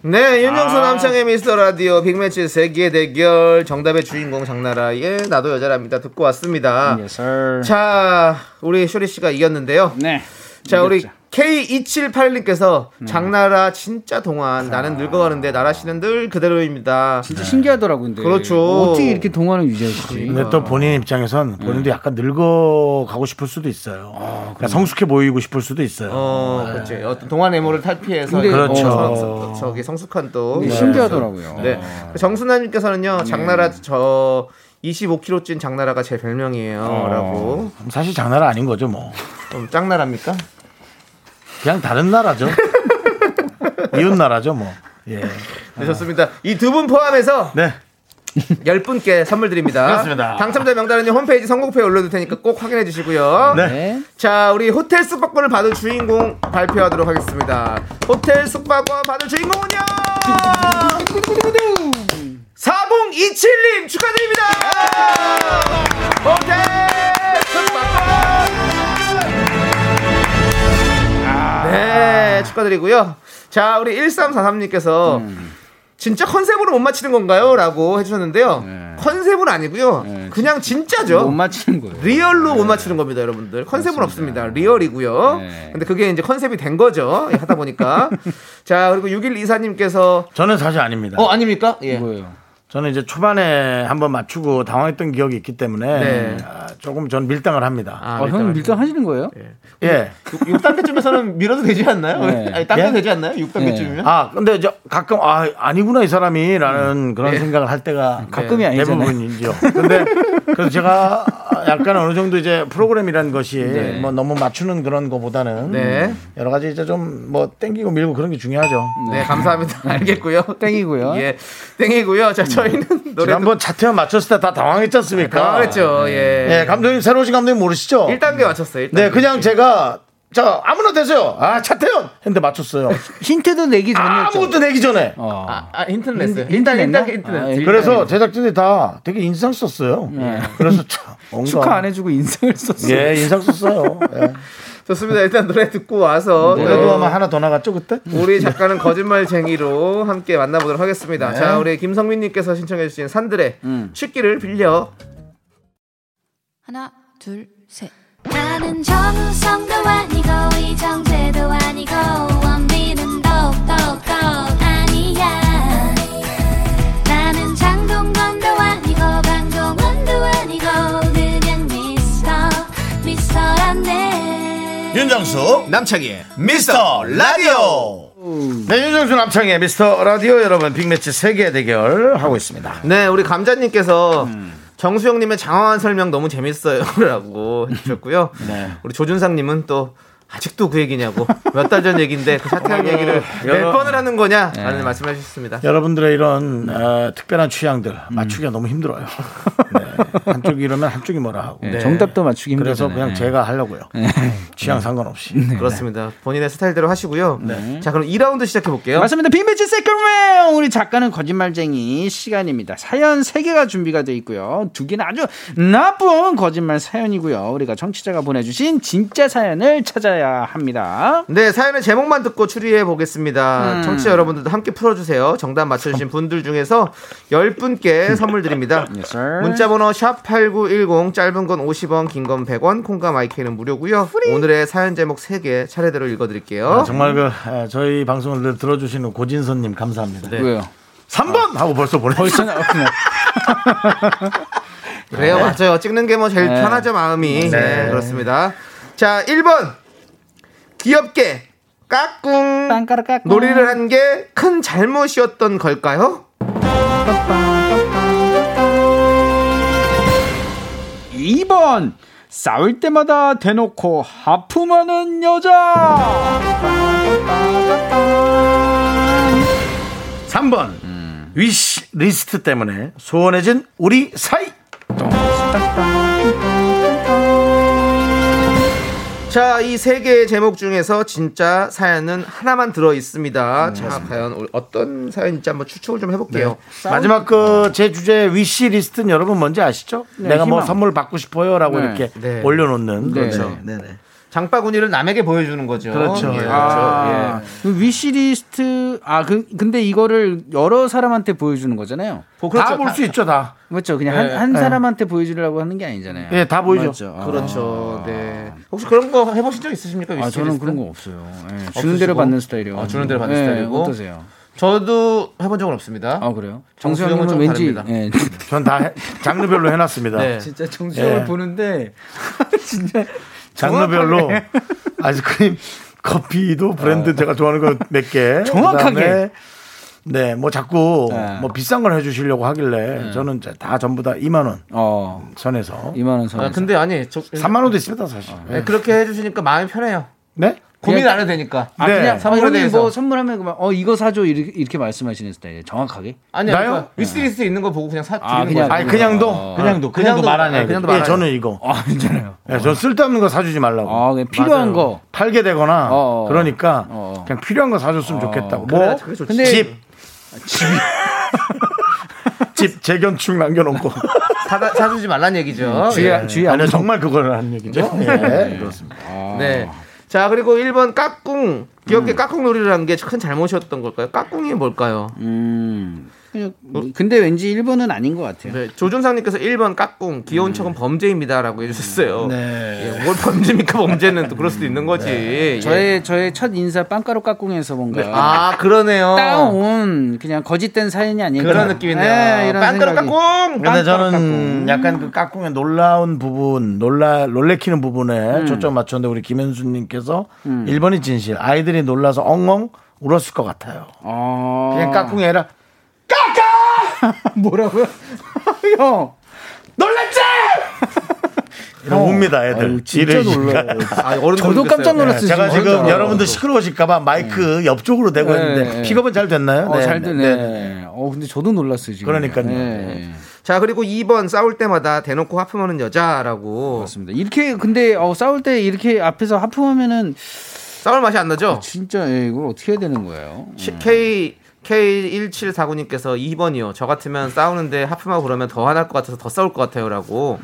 Speaker 2: 네, 윤정수
Speaker 7: 아.
Speaker 2: 남창의 미스터 라디오 빅매치 세계 대결 정답의 주인공 장나라의 나도 여자랍니다 듣고 왔습니다.
Speaker 7: 예설.
Speaker 2: 자, 우리 쇼리 씨가 이겼는데요.
Speaker 7: 네.
Speaker 2: 자, 우리
Speaker 7: 이겼죠. 음.
Speaker 2: K278님께서 장나라 진짜 동안 나는 늙어가는데 나라 씨는 늘 그대로입니다.
Speaker 7: 진짜 신기하더라고요. 근데.
Speaker 2: 그렇죠.
Speaker 7: 어떻게 이렇게 동화를 유지하시지?
Speaker 1: 근데 또 본인 입장에선 본인도 약간 늙어가고 싶을 수도 있어요. 네. 그러니까 성숙해 보이고 싶을 수도 있어요.
Speaker 2: 어, 그렇지. 어떤 동안 애모를 탈피해서
Speaker 7: 네. 근데-
Speaker 1: 그렇죠.
Speaker 2: 어, 저- 저기 성숙한 또
Speaker 7: 이게
Speaker 2: 네.
Speaker 7: 신기하더라고요.
Speaker 2: 네. 정순아님께서는요,
Speaker 7: 네.
Speaker 2: 장나라 저 25kg 찐 장나라가 제
Speaker 7: 어.
Speaker 2: 별명이에요라고.
Speaker 1: 그럼 사실 장난 아닌 거죠, 뭐.
Speaker 2: 좀 짱나라입니까?
Speaker 1: 그냥 다른 [LAUGHS] 나라죠. 이웃 나라죠, 뭐. 예.
Speaker 2: 네, 좋습니다. 이 두 분 포함해서
Speaker 1: 네.
Speaker 2: 10분께 선물 드립니다.
Speaker 1: 그렇습니다.
Speaker 2: 당첨자 명단은 홈페이지 선곡표에 올려둘 테니까 꼭 확인해 주시고요.
Speaker 1: 네.
Speaker 7: 네.
Speaker 2: 자, 우리 호텔 숙박권을 받을 주인공 발표하도록 하겠습니다. 호텔 숙박권 받을 주인공은요! 4027님 축하드립니다! 호텔 숙박권! 네, 축하드리고요. 자, 우리 1343님께서 진짜 컨셉으로 못 맞히는 건가요? 라고 해주셨는데요. 컨셉은 아니고요. 그냥 네. 진짜죠.
Speaker 7: 못 맞히는 거예요.
Speaker 2: 리얼로 못 맞추는 겁니다, 여러분들. 컨셉은 없습니다. 리얼이고요.
Speaker 7: 네.
Speaker 2: 근데 그게 이제 컨셉이 된 거죠. 예, 하다 보니까. [LAUGHS] 자, 그리고 6일 이사님께서
Speaker 1: 저는 사실 아닙니다.
Speaker 7: 어,
Speaker 2: 아닙니까? 예.
Speaker 7: 뭐예요?
Speaker 1: 저는 이제 초반에 한번 맞추고 당황했던 기억이 있기 때문에
Speaker 2: 네.
Speaker 1: 아, 조금 전 밀당을 합니다.
Speaker 2: 아,
Speaker 7: 아, 형님 밀당 하시는 거예요?
Speaker 1: 예.
Speaker 2: 6단계쯤에서는 밀어도 되지 않나요?
Speaker 7: 네.
Speaker 2: [LAUGHS] 아니, 당겨도
Speaker 1: 예?
Speaker 2: 되지 않나요? 6단계쯤이면?
Speaker 1: 아, 근데 저 가끔 아, 아니구나 이 사람이라는 그런 생각을 할 때가
Speaker 7: 가끔이 아니잖아요.
Speaker 1: 대부분이죠. [LAUGHS] 근데 그래서 제가 약간 어느 정도 이제 프로그램이라는 것이 뭐 너무 맞추는 그런 거보다는
Speaker 2: 네.
Speaker 1: 여러 가지 이제 좀 뭐 땡기고 밀고 그런 게 중요하죠.
Speaker 2: 네, 감사합니다. 알겠고요.
Speaker 7: 네. 땡이고요.
Speaker 2: 예. 땡이고요. 자, 저희는 노래
Speaker 1: 지난번 아, 차태현 맞췄을 때 다 당황했지 않습니까?
Speaker 2: 아, 당황했죠. 예.
Speaker 1: 예, 감독님 새로 오신 감독님 모르시죠?
Speaker 2: 1단계 맞췄어요. 1단계.
Speaker 1: 네, 그냥 제가 자 아무나 되세요. 아 차태현 했는데 맞췄어요.
Speaker 7: 힌트도 내기 전이었죠.
Speaker 1: 아무것도 내기 전에.
Speaker 7: 어.
Speaker 2: 아, 아, 힌트를 냈어요.
Speaker 7: 힌트
Speaker 2: 일단
Speaker 7: 냈나?
Speaker 2: 1단계 힌트 네.
Speaker 7: 아,
Speaker 2: 냈어요.
Speaker 1: 그래서 제작진들이 다 되게 인상 썼어요. 그래서 참 뭔가
Speaker 7: [LAUGHS] 축하 안 해주고 인상을 썼어요.
Speaker 1: 예, 인상 썼어요. 예.
Speaker 2: 좋습니다. 일단 노래 듣고 와서
Speaker 1: 그래도
Speaker 2: 또
Speaker 1: 아마 하나 더 나갔죠 그때?
Speaker 2: 우리 작가는 거짓말쟁이로 함께 만나보도록 하겠습니다.
Speaker 1: 네.
Speaker 2: 자, 우리 김성민님께서 신청해주신 산들의
Speaker 1: 음.
Speaker 2: 춥기를 빌려.
Speaker 8: 하나, 둘, 셋.
Speaker 5: 나는 정우성도 아니고 이정재도 아니고 원빈은 더욱더 아니야 나는 장동건도 아니고 강동원도 아니고 그냥 미스터 미스터란데
Speaker 1: 윤정수 남창희의 미스터 라디오. 네, 윤정수 남창희의 미스터 라디오 여러분 빅매치 세계 대결 하고 있습니다.
Speaker 2: 네, 우리 감자님께서
Speaker 1: 음. 네.
Speaker 2: [LAUGHS] 정수영님의 장황한 설명 너무 재밌어요라고 해주셨고요. 우리 조준상님은 또 아직도 그 얘기냐고 몇 달 전 얘기인데 그
Speaker 1: 어,
Speaker 2: 사퇴한 얘기를
Speaker 1: 네.
Speaker 2: 몇 번을 하는 거냐라는 말씀을 하셨습니다.
Speaker 1: 여러분들의 이런 어, 특별한 취향들 맞추기가 너무 힘들어요. [LAUGHS] 네. 한쪽이 이러면 한쪽이 뭐라 하고.
Speaker 2: 네.
Speaker 9: 정답도 맞추기 힘들잖아요.
Speaker 1: 그래서 그냥
Speaker 9: 네.
Speaker 1: 제가 하려고요. 취향 상관없이.
Speaker 2: 네. 그렇습니다. 본인의 스타일대로 하시고요.
Speaker 1: 네.
Speaker 2: 자 그럼 2라운드 시작해 볼게요.
Speaker 7: 맞습니다. 빈매치 세컨 라운드 우리 작가는 거짓말쟁이 시간입니다. 사연 세개가 준비가 돼 있고요. 두개는 아주 나쁜 거짓말 사연이고요. 우리가 정치자가 보내주신 진짜 사연을 찾아야 합니다.
Speaker 2: 네, 사연의 제목만 듣고 추리해 보겠습니다. 청취자 여러분들도 함께 풀어주세요. 정답 맞춰주신 분들 중에서 10분께 선물 드립니다.
Speaker 7: sir.
Speaker 2: 문자번호 샵8910, 짧은 건 50원, 긴 건 100원, 콩과 마이크는 무료고요 오늘의 사연 제목 3개 차례대로 읽어드릴게요.
Speaker 1: 아, 정말 그 에, 저희 방송을 늘 들어주시는 고진선님 감사합니다.
Speaker 7: 네.
Speaker 9: 왜요?
Speaker 1: 3번 하고 벌써 보내.
Speaker 9: 벌써 나
Speaker 2: 그래요, 맞아요. 찍는 게 뭐 제일
Speaker 9: 네.
Speaker 2: 편하죠, 마음이. 네, 그렇습니다. 자, 1번. 귀엽게 까꿍
Speaker 7: 빵가루 깎고.
Speaker 2: 놀이를 한 게 큰 잘못이었던 걸까요?
Speaker 7: 2번 싸울 때마다 대놓고 하품하는 여자.
Speaker 1: 3번 위시 리스트 때문에 소원해진 우리 사이.
Speaker 2: 자, 이 세 개의 제목 중에서 진짜 사연은 하나만 들어 있습니다. 자, 과연 올- 어떤 사연인지 한번 추측을 좀 해볼게요.
Speaker 1: 마지막 그 제 주제 위시 리스트는 여러분 뭔지 아시죠? 내가 뭐
Speaker 7: 희망.
Speaker 1: 선물 받고 싶어요라고
Speaker 7: 네.
Speaker 1: 이렇게
Speaker 2: 네.
Speaker 1: 올려놓는
Speaker 7: 그렇죠.
Speaker 1: 네. 네.
Speaker 2: 장바구니를 남에게 보여주는 거죠.
Speaker 1: 그렇죠.
Speaker 2: 예,
Speaker 7: 아,
Speaker 2: 그렇죠.
Speaker 7: 그 위시리스트 아 그, 근데 이거를 여러 사람한테 보여주는 거잖아요.
Speaker 2: 어, 그렇죠.
Speaker 1: 다 볼 수 있죠 다.
Speaker 7: 그렇죠. 그냥 한, 한 사람한테 보여주려고 하는 게 아니잖아요.
Speaker 1: 예, 다 보이죠.
Speaker 7: 맞죠.
Speaker 2: 예.
Speaker 7: 아.
Speaker 2: 그렇죠. 네. 혹시 그런 거 해보신 적 있으십니까?
Speaker 7: 아, 저는 그런 거 없어요. 예, 주는 대로 받는 스타일이요. 예,
Speaker 2: 아, 주는 대로 받는 스타일이고.
Speaker 7: 어떠세요?
Speaker 2: 저도 해본 적은 없습니다.
Speaker 7: 아 그래요?
Speaker 2: 정수영은
Speaker 7: 정수영은
Speaker 2: 좀
Speaker 7: 왠지
Speaker 2: 다릅니다.
Speaker 7: 예,
Speaker 1: 전 다 장르별로 해놨습니다.
Speaker 2: [LAUGHS] 네.
Speaker 7: 진짜 정수영을
Speaker 1: 예.
Speaker 7: 보는데 진짜
Speaker 1: 장르별로 [LAUGHS] 아이스크림 커피도 브랜드 제가 좋아하는 거 몇 개.
Speaker 7: 정확하게.
Speaker 1: 그다음에 네, 뭐 자꾸
Speaker 7: 네.
Speaker 1: 뭐 비싼 걸 해주시려고 하길래 저는 이제 다 전부 다 2만 원
Speaker 7: 어
Speaker 1: 선에서
Speaker 7: 2만 원
Speaker 2: 아,
Speaker 7: 선.
Speaker 2: 근데 아니, 저,
Speaker 1: 3만 원도 있습니다 사실.
Speaker 2: 네, 그렇게 해주시니까 마음이 편해요.
Speaker 1: 네?
Speaker 2: 고민 안 해도 되니까.
Speaker 7: 아
Speaker 1: 네.
Speaker 7: 그냥
Speaker 2: 사무실에
Speaker 7: 사모님
Speaker 2: 대해서.
Speaker 7: 뭐 선물하면 그만 어 이거 사줘 이렇게, 이렇게 말씀하시는 스타일이에요. 정확하게.
Speaker 2: 아니,
Speaker 1: 나요?
Speaker 2: 그러니까
Speaker 7: 음.
Speaker 2: 위스리스트 있는 거 보고 그냥 사
Speaker 7: 아,
Speaker 2: 드리는
Speaker 7: 그냥-
Speaker 2: 거죠.
Speaker 1: 아니 그냥도 그냥도
Speaker 2: 그냥도
Speaker 1: 말하냐.
Speaker 2: 아,
Speaker 1: 이거.
Speaker 2: 그냥도
Speaker 1: 예,
Speaker 2: 말아요.
Speaker 1: 저는 이거.
Speaker 7: 아 괜찮아요.
Speaker 1: 예, 전 쓸데없는 거 사주지 말라고.
Speaker 7: 아 그냥
Speaker 2: 맞아요.
Speaker 7: 필요한 거.
Speaker 1: 팔게 되거나
Speaker 7: 어, 어.
Speaker 1: 그러니까
Speaker 7: 어, 어.
Speaker 1: 그냥 필요한 거 사줬으면 좋겠다고.
Speaker 2: 아, 그래야
Speaker 1: 뭐?
Speaker 2: 그게 좋지.
Speaker 7: 근데
Speaker 1: 집. [LAUGHS] 집 재건축 남겨놓고.
Speaker 2: 사다, 사주지 말란 얘기죠. 예.
Speaker 7: 음, 주의 주의
Speaker 1: 아니요 정말 그거는 하는 얘기죠. 예, 그렇습니다.
Speaker 2: 네. 자, 그리고 1번 까꿍. 귀엽게 까꿍 놀이를 한 게 큰 잘못이었던 걸까요? 까꿍이 뭘까요?
Speaker 7: 음. 그냥 뭐, 근데 왠지 1번은 아닌 것 같아요.
Speaker 2: 어? 네, 조준상님께서 1번 까꿍, 귀여운
Speaker 7: 음.
Speaker 2: 척은 범죄입니다라고 해주셨어요.
Speaker 1: 네.
Speaker 2: 예, 뭘 범죄입니까? 범죄는 또 그럴 수도 있는 거지. 예.
Speaker 7: 네. 저의 저의 첫 인사 빵가루 깍꿍에서 뭔가
Speaker 2: 아, 그러네요.
Speaker 7: 따온 그냥 거짓된 사연이 아닐까
Speaker 2: 그런 느낌이네요.
Speaker 7: 예, 이런
Speaker 2: 빵가루
Speaker 7: 생각이.
Speaker 2: 까꿍!
Speaker 1: 근데 저는 약간 그 깍꿍의 놀라운 부분, 놀라 놀래키는 부분에
Speaker 7: 음.
Speaker 1: 초점 맞췄는데 우리 김현수님께서 1번이 진실. 아이들이 놀라서 엉엉 울었을 것 같아요.
Speaker 7: 아.
Speaker 1: 그냥 깍꿍이
Speaker 7: [LAUGHS]
Speaker 1: 아니라
Speaker 7: 뭐라고요? 형
Speaker 1: 이런 웁니다 애들.
Speaker 7: 어. 아유, 진짜
Speaker 1: 이러니까.
Speaker 7: 놀라요.
Speaker 2: 아, 어른
Speaker 7: 저도 깜짝
Speaker 1: 네,
Speaker 7: 놀랐어요.
Speaker 1: 제가 지금
Speaker 7: 진짜.
Speaker 1: 여러분들 시끄러우실까봐 마이크 옆쪽으로 대고
Speaker 7: 네,
Speaker 1: 했는데
Speaker 7: 네.
Speaker 1: 픽업은 잘 됐나요?
Speaker 7: 어,
Speaker 1: 네,
Speaker 7: 잘
Speaker 1: 네,
Speaker 7: 되네.
Speaker 1: 네.
Speaker 7: 어, 근데 저도 놀랐어요, 지금.
Speaker 1: 그러니까요.
Speaker 7: 네.
Speaker 2: 자, 그리고 2번 싸울 때마다 대놓고 하품하는 여자라고.
Speaker 7: 맞습니다. 이렇게 근데 어, 싸울 때 이렇게 앞에서 하품하면은
Speaker 2: 싸울 맛이 안 나죠?
Speaker 7: 진짜 예, 이걸 어떻게 해야 되는 거예요?
Speaker 2: K K1749님께서 2번이요. 저 같으면 싸우는데 하품하고 그러면 더 화날 것 같아서 더 싸울 것 같아요라고.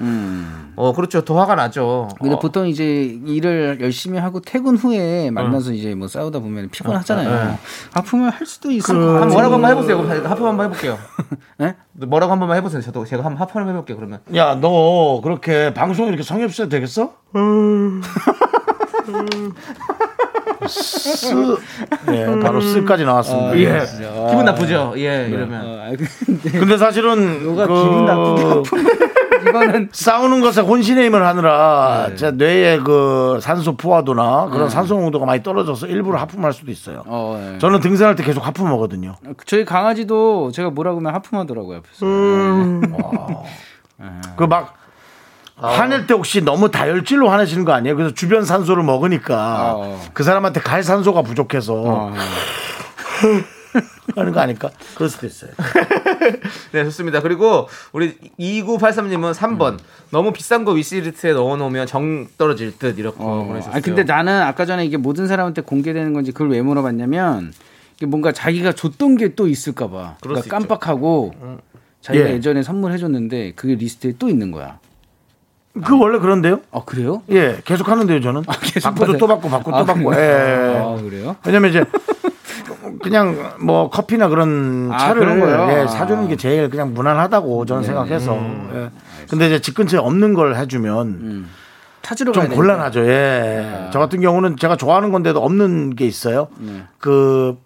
Speaker 2: 어 그렇죠. 더 화가 나죠.
Speaker 7: 음. 근데
Speaker 2: 어,
Speaker 7: 보통 이제 일을 열심히 하고 퇴근 후에
Speaker 2: 어.
Speaker 7: 만나서 이제 뭐 싸우다 보면 피곤하잖아요. 하품을 할 수도 있을 것
Speaker 2: 한
Speaker 7: 같아요.
Speaker 2: 뭐라고 한번 해보세요. 그럼 하품 한번 해볼게요.
Speaker 7: 음. [LAUGHS] 네?
Speaker 2: 뭐라고 한번만 해보세요. 저도 제가 한번 하품 한번 해볼게요. 그러면 [LAUGHS]
Speaker 1: 야, 너 그렇게 방송 이렇게 성엽시 해도 되겠어? 쓰. 네, 바로 쓰까지 나왔습니다.
Speaker 2: 예. 기분 나쁘죠. 예 이러면
Speaker 7: 아, 근데
Speaker 1: 예. 근데 사실은
Speaker 7: 누가
Speaker 1: 그
Speaker 7: 기분 나쁘게 하품을 이거는
Speaker 1: 싸우는 것에 혼신의 힘을 하느라 제 뇌의 그 산소 포화도나 그런 산소 농도가 많이 떨어져서 일부러 하품할 수도 음. 있어요.
Speaker 7: 어, 예.
Speaker 1: 저는 등산할 때 계속 하품하거든요.
Speaker 7: 저희 강아지도 제가 뭐라고 하면 하품하더라고요. 옆에서.
Speaker 1: 그 막 화낼 때 혹시 너무 다혈질로 화내시는 거 아니에요? 그래서 주변 산소를 먹으니까
Speaker 7: 어.
Speaker 1: 그 사람한테 갈 산소가 부족해서 [LAUGHS] 하는 거 아닐까? 그럴 수도 있어요.
Speaker 2: 네, 좋습니다. 그리고 우리 2983님은 3번.
Speaker 7: 음.
Speaker 2: 너무 비싼 거 위시리스트에 넣어놓으면 정 떨어질 듯 이렇게 보내셨어요.
Speaker 7: 아 근데 나는 아까 전에 이게 모든 사람한테 공개되는 건지 그걸 왜 물어봤냐면 이게 뭔가 자기가 줬던 게 또 있을까봐
Speaker 2: 그럴
Speaker 7: 그러니까
Speaker 2: 수 있죠. 음.
Speaker 7: 깜빡하고 자기가
Speaker 1: 예.
Speaker 7: 예. 전에 선물해줬는데 그게 리스트에 또 있는 거야.
Speaker 1: 그 원래 그런데요?
Speaker 7: 아 그래요?
Speaker 1: 예, 계속 하는데요, 저는.
Speaker 7: 계속
Speaker 1: 바꾸도
Speaker 7: 받아요?
Speaker 1: 또 받고, 받고
Speaker 7: 아,
Speaker 1: 또 받고.
Speaker 7: 그래요?
Speaker 1: 예.
Speaker 7: 아, 그래요?
Speaker 1: 왜냐면 이제 그냥 뭐 커피나 그런
Speaker 7: 아, 네. 음.
Speaker 1: 차를
Speaker 7: 그런 거요?
Speaker 1: 예, 사주는 게 제일 그냥 무난하다고 저는 생각해서. 예. 근데 이제 집 근처에 없는 걸 해주면
Speaker 7: 음. 찾으러
Speaker 1: 좀
Speaker 7: 가야 아.
Speaker 1: 곤란하죠. 예. 저 같은 경우는 제가 좋아하는 건데도 없는 게 있어요. 그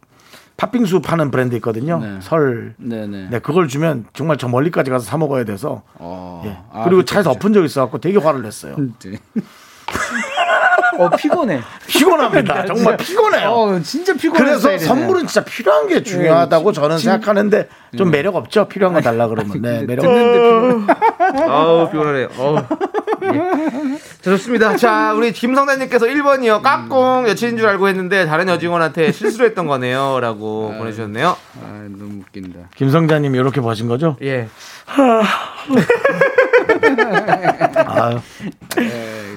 Speaker 1: 팥빙수 파는 브랜드 있거든요.
Speaker 7: 네.
Speaker 1: 설.
Speaker 7: 네네.
Speaker 1: 네, 그걸 주면 정말 저 멀리까지 가서 사 먹어야 돼서.
Speaker 7: 어.
Speaker 1: 예.
Speaker 7: 아,
Speaker 1: 그리고
Speaker 7: 그쵸,
Speaker 1: 차에서 엎은 적 있어갖고 되게 화를 냈어요.
Speaker 7: 그쵸. 네. [LAUGHS] 어 피곤해. [LAUGHS]
Speaker 1: 피곤합니다. 정말 피곤해요.
Speaker 7: 네, 어 네, 진짜 피곤해.
Speaker 1: 그래서 선물은 진짜 필요한 게 중요하다고 저는 생각하는데 좀
Speaker 7: 네.
Speaker 1: 매력 없죠. 필요한 거
Speaker 7: [LAUGHS]
Speaker 1: 달라 그러면. 네, 매력 없는데.
Speaker 2: 아우 피곤하네. 어우. 예. 자, 좋습니다. 자, 우리 김성단님께서 1번이요. 깍꿍 여친인 줄 알고 했는데 다른 여직원한테 실수를 했던 거네요. 라고 보내주셨네요.
Speaker 7: 아 너무 웃긴다.
Speaker 1: 김성자님 이렇게 보신 거죠?
Speaker 2: 예.
Speaker 1: 아,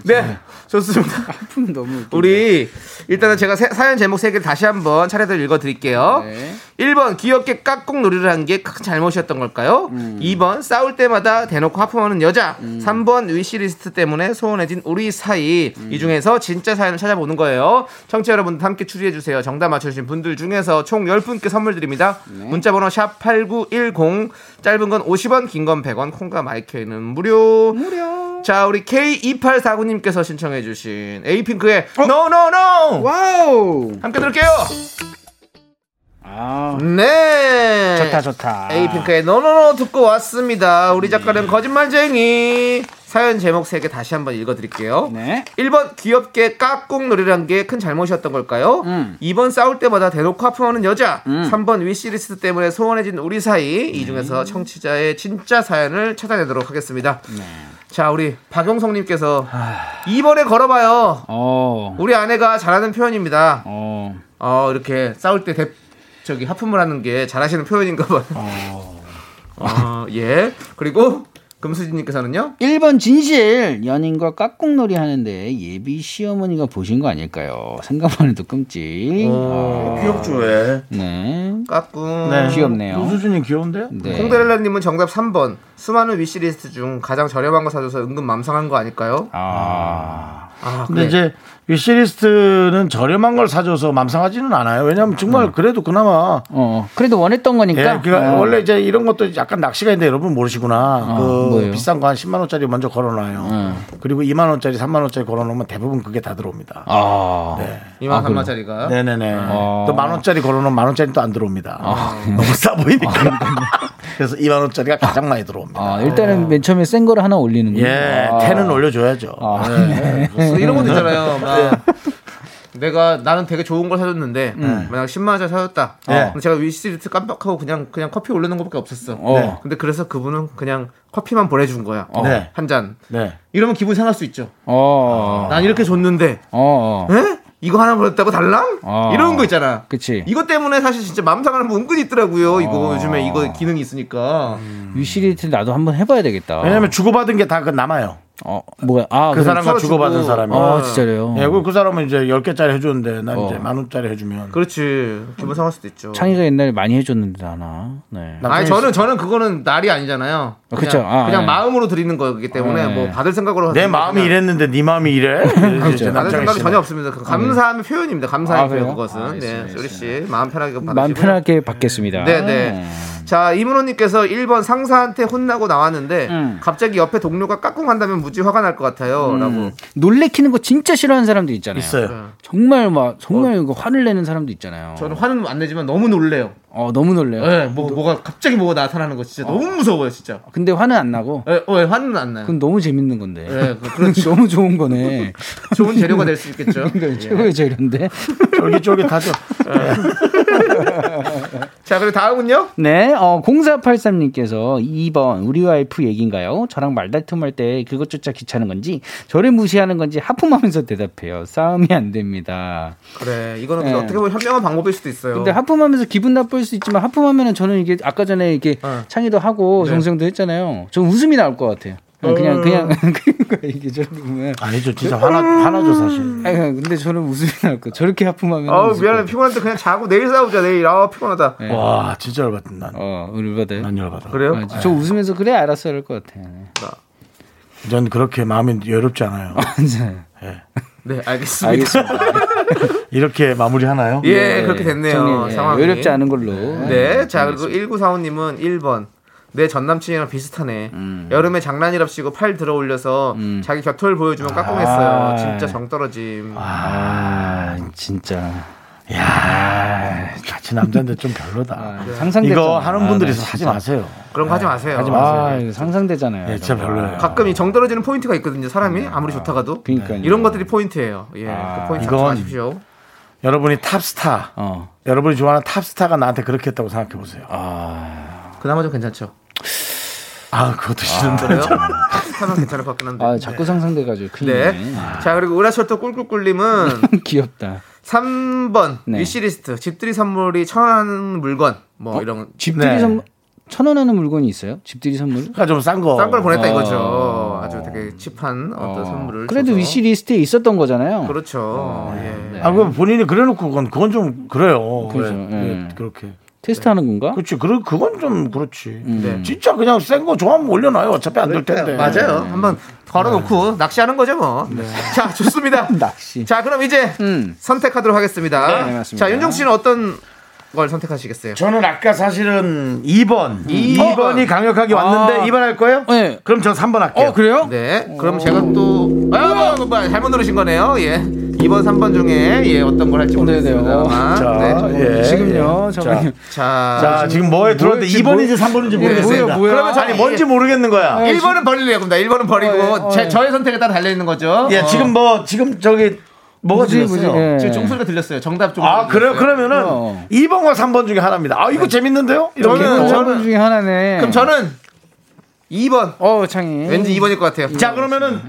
Speaker 2: 네. 좋습니다.
Speaker 7: 아픔 너무 웃긴다.
Speaker 2: 우리 일단은 제가 세- 사연 제목 세 개를 다시 한번 차례대로 읽어드릴게요.
Speaker 7: 네.
Speaker 2: 1번 귀엽게 깍꿍 놀이를 한 게 큰 잘못이었던 걸까요? 2번 싸울 때마다 대놓고 하품하는 여자. 3번 위시리스트 때문에 소원해진 우리 사이. 이 중에서 진짜 사연을 찾아보는 거예요. 청취자 여러분 함께 추리해주세요. 정답 맞춰주신 분들 중에서 총 10분께 선물 드립니다. 문자번호 샵 8910 짧은 건 50원 긴 건 100원 콩과 마이크는 무료. 무료. 자 우리 K2849님께서 신청해 주신 에이핑크의 노노노
Speaker 7: 와우.
Speaker 2: 함께 들을게요.
Speaker 7: 아
Speaker 2: 네.
Speaker 7: 좋다 좋다.
Speaker 2: 에이핑크의 노노노 듣고 왔습니다. 우리 작가는 거짓말쟁이. 사연 제목 세 개 다시 한번 읽어드릴게요.
Speaker 7: 네.
Speaker 2: 1번 귀엽게 깍꿍 놀이란 게 큰 잘못이었던 걸까요?
Speaker 7: 음.
Speaker 2: 2번 싸울 때마다 대놓고 하품하는 여자. 3번 위시리스트 때문에 소원해진 우리 사이.
Speaker 7: 네.
Speaker 2: 이 중에서 청취자의 진짜 사연을 찾아내도록 하겠습니다.
Speaker 7: 네.
Speaker 2: 자, 우리 박용성님께서 2번에 걸어봐요.
Speaker 7: 어.
Speaker 2: 우리 아내가 잘하는 표현입니다.
Speaker 7: 어.
Speaker 2: 어 이렇게 싸울 때 대, 저기 하품을 하는 게 잘하시는 표현인가 봐요. 어, 예. 그리고 금수진님께서는요.
Speaker 7: 1번 진실 연인과 깍꿍놀이 하는데 예비 시어머니가 보신 거 아닐까요? 생각만 해도 끔찍. 아,
Speaker 1: 귀엽죠, 왜?
Speaker 7: 네.
Speaker 2: 까꿍.
Speaker 7: 귀엽네요.
Speaker 1: 노수준이 귀여운데요?
Speaker 7: 네.
Speaker 2: 콩데렐라님은 정답 3번. 수많은 위시리스트 중 가장 저렴한 거 사줘서 은근 맘상한 거 아닐까요?
Speaker 7: 아.
Speaker 2: 아,
Speaker 1: 근데
Speaker 2: 그래.
Speaker 1: 이제 위시리스트는 저렴한 걸 사줘서 맘상하지는 않아요. 왜냐하면 정말 그래도 그나마
Speaker 7: 어. 음. 그래도 원했던
Speaker 1: 예,
Speaker 7: 거니까.
Speaker 1: 그러니까
Speaker 7: 어.
Speaker 1: 원래 이제 이런 것도 약간 낚시가 있는데 여러분 모르시구나.
Speaker 7: 아,
Speaker 1: 그
Speaker 7: 뭐예요? 네.
Speaker 1: 비싼 거 한 10만 원짜리 먼저 걸어놔요. 그리고 2만 원짜리, 3만 원짜리 걸어놓으면 대부분 그게 다 들어옵니다.
Speaker 7: 아.
Speaker 1: 네.
Speaker 2: 이만 삼만짜리가
Speaker 1: 네네네.
Speaker 7: 아.
Speaker 1: 또 만 원짜리 걸어놓으면 만 원짜리 또 안 들어옵니다. 너무 싸 보이니까. [LAUGHS] 그래서 2만 원짜리가 가장 많이 들어옵니다.
Speaker 7: 네, 아, 일단은 맨 처음에 센 거를 하나 올리는군요.
Speaker 1: 예,
Speaker 7: 아.
Speaker 1: 텐은 올려줘야죠. 네.
Speaker 2: 이런 것도
Speaker 7: 네.
Speaker 2: 있잖아요. 막 내가 나는 되게 좋은 걸 사줬는데
Speaker 7: 음. 네.
Speaker 2: 만약 10만 원짜리 사줬다.
Speaker 1: 네.
Speaker 2: 근데 제가 위시리스트 깜빡하고 그냥 그냥 커피 올려놓은 것밖에 없었어.
Speaker 7: 어.
Speaker 1: 네.
Speaker 2: 근데 그래서 그분은 그냥 커피만 보내준 거야.
Speaker 1: 네.
Speaker 2: 한 잔.
Speaker 1: 네.
Speaker 2: 이러면 기분 상할 수 있죠.
Speaker 7: 어.
Speaker 2: 난 이렇게 줬는데,
Speaker 7: 어. 어.
Speaker 2: 에? 이거 하나 보냈다고 달랑?
Speaker 7: 어.
Speaker 2: 이런 거 있잖아.
Speaker 7: 그치. 어.
Speaker 2: 이것 때문에 사실 진짜 마음 상하는 분 은근히 있더라고요. 이거 요즘에 이거 기능이 있으니까.
Speaker 7: 음. 위시리트 나도 한번 해봐야 되겠다.
Speaker 1: 왜냐면 주고받은 게 다 그 남아요.
Speaker 7: 어, 뭐야. 아,
Speaker 1: 그 사람과
Speaker 2: 서로
Speaker 1: 주고받은
Speaker 2: 주고.
Speaker 1: 사람이.
Speaker 7: 어, 진짜래요.
Speaker 1: 예, 그리고 그 사람은 이제 10개짜리 해주는데 난
Speaker 7: 어.
Speaker 1: 이제 만 원짜리 해주면.
Speaker 2: 그렇죠. 그렇지. 기분 상할 수도 있죠.
Speaker 7: 창희가 옛날에 많이 해줬는데 나나. 네.
Speaker 2: 아니 저는 저는 그거는 날이 아니잖아요. 그냥,
Speaker 7: 그쵸. 아,
Speaker 2: 그냥
Speaker 7: 네.
Speaker 2: 마음으로 드리는 거기 때문에
Speaker 7: 네.
Speaker 2: 뭐 받을 생각으로
Speaker 1: 내
Speaker 2: 하는
Speaker 1: 마음이
Speaker 2: 거잖아요.
Speaker 1: 이랬는데 네 마음이
Speaker 2: [LAUGHS]
Speaker 1: 이래? 이제
Speaker 2: 받을
Speaker 1: 남창희
Speaker 2: 생각이
Speaker 1: 씨는.
Speaker 2: 전혀 그렇죠. 없습니다. 그 감사함의 표현입니다. 감사함의
Speaker 7: 아,
Speaker 2: 표현
Speaker 7: 그래요?
Speaker 2: 그것은.
Speaker 7: 아,
Speaker 2: 네,
Speaker 7: 알겠습니다.
Speaker 2: 소리 씨 마음 편하게 받으시고요.
Speaker 7: 마음 편하게 음. 받겠습니다.
Speaker 2: 네네. 자 이문호님께서 1번 상사한테 혼나고 나왔는데
Speaker 7: 음.
Speaker 2: 갑자기 옆에 동료가 깍꿍한다면 무지 화가 날 것 같아요라고.
Speaker 7: 놀래키는 거 진짜 싫어하는 사람도 있잖아요.
Speaker 1: 있어요. 어.
Speaker 7: 정말 막 정말 이거 화를 내는 사람도 있잖아요.
Speaker 2: 저는 화는 안 내지만 너무 놀래요.
Speaker 7: 어 너무
Speaker 1: 네.
Speaker 7: 놀래요.
Speaker 2: 예, 뭐 뭐가 갑자기 뭐가 나타나는 거
Speaker 7: 어.
Speaker 2: 진짜 너무 무서워요 진짜.
Speaker 7: 근데 화는 안 나고
Speaker 2: 예, 어, 예, 화는 안 나요.
Speaker 7: 그건 너무 재밌는 건데.
Speaker 1: 네.
Speaker 7: [LAUGHS]
Speaker 2: 예, 그- 그렇죠.
Speaker 7: 너무 좋은 거네. [LAUGHS]
Speaker 2: 좋은 재료가 될 수 있겠죠. 예.
Speaker 7: 최고의 재료인데.
Speaker 1: [LAUGHS] 쫄깃쫄깃하죠.
Speaker 2: 자, 그리고 다음은요?
Speaker 7: 네, 어, 0483님께서 2번 우리 와이프 얘긴가요? 저랑 말다툼할 때 그것조차 귀찮은 건지 저를 무시하는 건지 하품하면서 대답해요. 싸움이 안 됩니다.
Speaker 2: 그래, 이거는
Speaker 7: 네.
Speaker 2: 어떻게 보면 현명한 방법일 수도 있어요.
Speaker 7: 근데 하품하면서 기분 나쁠 수 있지만 하품하면은 저는 이게 아까 전에 이게
Speaker 2: 어.
Speaker 7: 창의도 하고
Speaker 2: 네. 어.
Speaker 7: 정성도 했잖아요. 전 웃음이 나올 것 같아요. 그냥 그냥 [LAUGHS] 그거 이게 저렇게 보면
Speaker 1: 아니죠. 진짜 화나,
Speaker 2: 음.
Speaker 1: 화나죠, 사실.
Speaker 7: 아 근데 저는 웃음이 나올 것. 같아요. 저렇게 하품하면
Speaker 2: 어
Speaker 7: 웃을
Speaker 2: 미안해
Speaker 7: 것
Speaker 2: 피곤한데 그냥 자고 내일 싸우자 내일 아 피곤하다
Speaker 7: 같아요.
Speaker 1: 와, 진짜 열받는
Speaker 7: 네.
Speaker 1: 난.
Speaker 7: 어, 울받아요.
Speaker 1: 난 열받아.
Speaker 2: 그래요?
Speaker 7: 네. 아, 저 웃으면서 그래 알았어 이럴 것 같아요. [LAUGHS] 네.
Speaker 1: 전 그렇게 마음이 여롭지
Speaker 2: [LAUGHS]
Speaker 1: 않아요.
Speaker 7: 맞아요.
Speaker 2: 네 알겠습니다.
Speaker 7: 알겠습니다.
Speaker 1: 이렇게 마무리 하나요?
Speaker 2: 예
Speaker 7: 네,
Speaker 2: 그렇게 됐네요
Speaker 7: 정리, 예,
Speaker 2: 상황이
Speaker 7: 어렵지 않은 걸로.
Speaker 2: 네자 그리고 1945님은 1번 내 전남친이랑 비슷하네
Speaker 7: 음.
Speaker 2: 여름에 장난이랍시고 팔 들어 올려서 자기 곁털 보여주면 깍꿍했어요
Speaker 1: 아.
Speaker 2: 진짜 정 떨어짐
Speaker 7: 아 진짜
Speaker 1: 야 같이 남자인데 좀 별로다.
Speaker 7: 상상되잖아요.
Speaker 1: 이거 하는 분들이
Speaker 7: 아,
Speaker 1: 있어서
Speaker 7: 네,
Speaker 1: 하지
Speaker 7: 진짜.
Speaker 1: 마세요.
Speaker 2: 그런 거 하지 마세요
Speaker 1: 하지 마세요.
Speaker 7: 아 이거 상상되잖아요.
Speaker 1: 예, 진짜
Speaker 7: 이런 거.
Speaker 1: 별로예요.
Speaker 2: 가끔 이 정 떨어지는 포인트가 있거든요 사람이 아무리 좋다가도
Speaker 7: 그러니까요. 아,
Speaker 2: 이런 것들이 포인트예요 예그 포인트 잡지
Speaker 1: 이건-
Speaker 2: 마십시오
Speaker 1: 여러분이 탑스타,
Speaker 7: 어.
Speaker 1: 여러분이 좋아하는 탑스타가 나한테 그렇게 했다고 생각해 보세요.
Speaker 2: 어.
Speaker 1: 아,
Speaker 2: 그나마 좀 괜찮죠
Speaker 1: 아, 그것도 싫은데.
Speaker 2: 아, 그래요? 하면 괜찮을 것 같긴 한데
Speaker 7: 아 자꾸 상상돼가지고 큰일
Speaker 2: 네.
Speaker 7: 네.
Speaker 2: 자, 그리고 은하철도 꿀꿀꿀님은
Speaker 7: [LAUGHS]
Speaker 2: [LAUGHS]
Speaker 7: 귀엽다.
Speaker 2: 3번
Speaker 7: 네.
Speaker 2: 위시리스트 집들이 선물이 천원 물건 뭐 이런
Speaker 7: 어? 집들이
Speaker 1: 네.
Speaker 7: 선물 천 원하는 물건이 있어요? 집들이 선물?
Speaker 1: 그러니까 [LAUGHS] 좀 싼 거.
Speaker 2: 싼 걸 보냈다
Speaker 7: 어.
Speaker 2: 이거죠. 아주 되게 칩한 어떤 선물을
Speaker 7: 그래도
Speaker 2: 줘서.
Speaker 7: 위시 리스트에 있었던 거잖아요.
Speaker 2: 그렇죠. 예.
Speaker 7: 네.
Speaker 1: 아, 그 본인이 그래놓고 그건 그건 좀 그래요.
Speaker 7: 그죠,
Speaker 1: 예,
Speaker 7: 예.
Speaker 1: 그렇게.
Speaker 7: 테스트하는 건가?
Speaker 1: 그렇지. 그 그건 좀 그렇지.
Speaker 7: 음.
Speaker 2: 네.
Speaker 1: 진짜 그냥 센 거 좋아하면 올려놔요. 어차피 안 될 텐데.
Speaker 2: 맞아요.
Speaker 7: 네.
Speaker 2: 한번 걸어놓고 낚시하는 거죠 뭐. 자,
Speaker 7: [LAUGHS]
Speaker 2: 좋습니다.
Speaker 7: 낚시.
Speaker 2: 자, 그럼 이제
Speaker 7: 네. 음.
Speaker 2: 선택하도록 하겠습니다.
Speaker 7: 네, 맞습니다.
Speaker 2: 자, 윤종 씨는 어떤 걸 선택하시겠어요?
Speaker 1: 저는 아까 사실은 2번. 2번이 강력하게 왔는데
Speaker 7: 음. 어? 아.
Speaker 1: 2번 할 거예요?
Speaker 7: 네.
Speaker 1: 그럼 전 3번 할게요.
Speaker 7: 어 그래요?
Speaker 2: 네. 그럼 제가 또 아, 뭐, 뭐, 잘못 누르신 거네요. 예. 2번, 3번 중에 예, 어떤 걸 할지 모르겠습니다만.
Speaker 1: 자,
Speaker 2: 네.
Speaker 1: 예,
Speaker 7: 어, 지금요.
Speaker 1: 예.
Speaker 7: [LAUGHS] 잠깐만요.
Speaker 2: 자,
Speaker 1: 자, 지금 뭐에 들어왔는데
Speaker 7: 뭐였지, 예,
Speaker 1: 2번인지 3번인지 모르겠습니다.
Speaker 7: 뭐야, 예. 아, 뭐야.
Speaker 1: 그러면 저- 아니, 뭔지 모르겠는 거야.
Speaker 2: 1번은 버리려고 합니다. 1번은 버리고
Speaker 7: 어, 예,
Speaker 2: 제,
Speaker 7: 어, 예.
Speaker 2: 저의 선택에 따라 달려 있는 거죠.
Speaker 1: 예,
Speaker 2: 어.
Speaker 1: 지금 뭐 지금 저기 뭐가
Speaker 7: 뭐지, 뭐지?
Speaker 1: 들렸어요?
Speaker 7: 아. 예.
Speaker 2: 지금 종소리가 들렸어요. 정답 좀.
Speaker 1: 아, 그래요? 그러면은
Speaker 7: 어. 네.
Speaker 1: 2번과 3번 중에 하나입니다. 아, 이거 재밌는데요? 이렇게.
Speaker 2: 저는-
Speaker 1: 어.
Speaker 7: 저는 중에 하나네.
Speaker 2: 그럼 저는 2번.
Speaker 7: 어 창이.
Speaker 2: 왠지 2번일 것 같아요.
Speaker 1: 자, 그러면은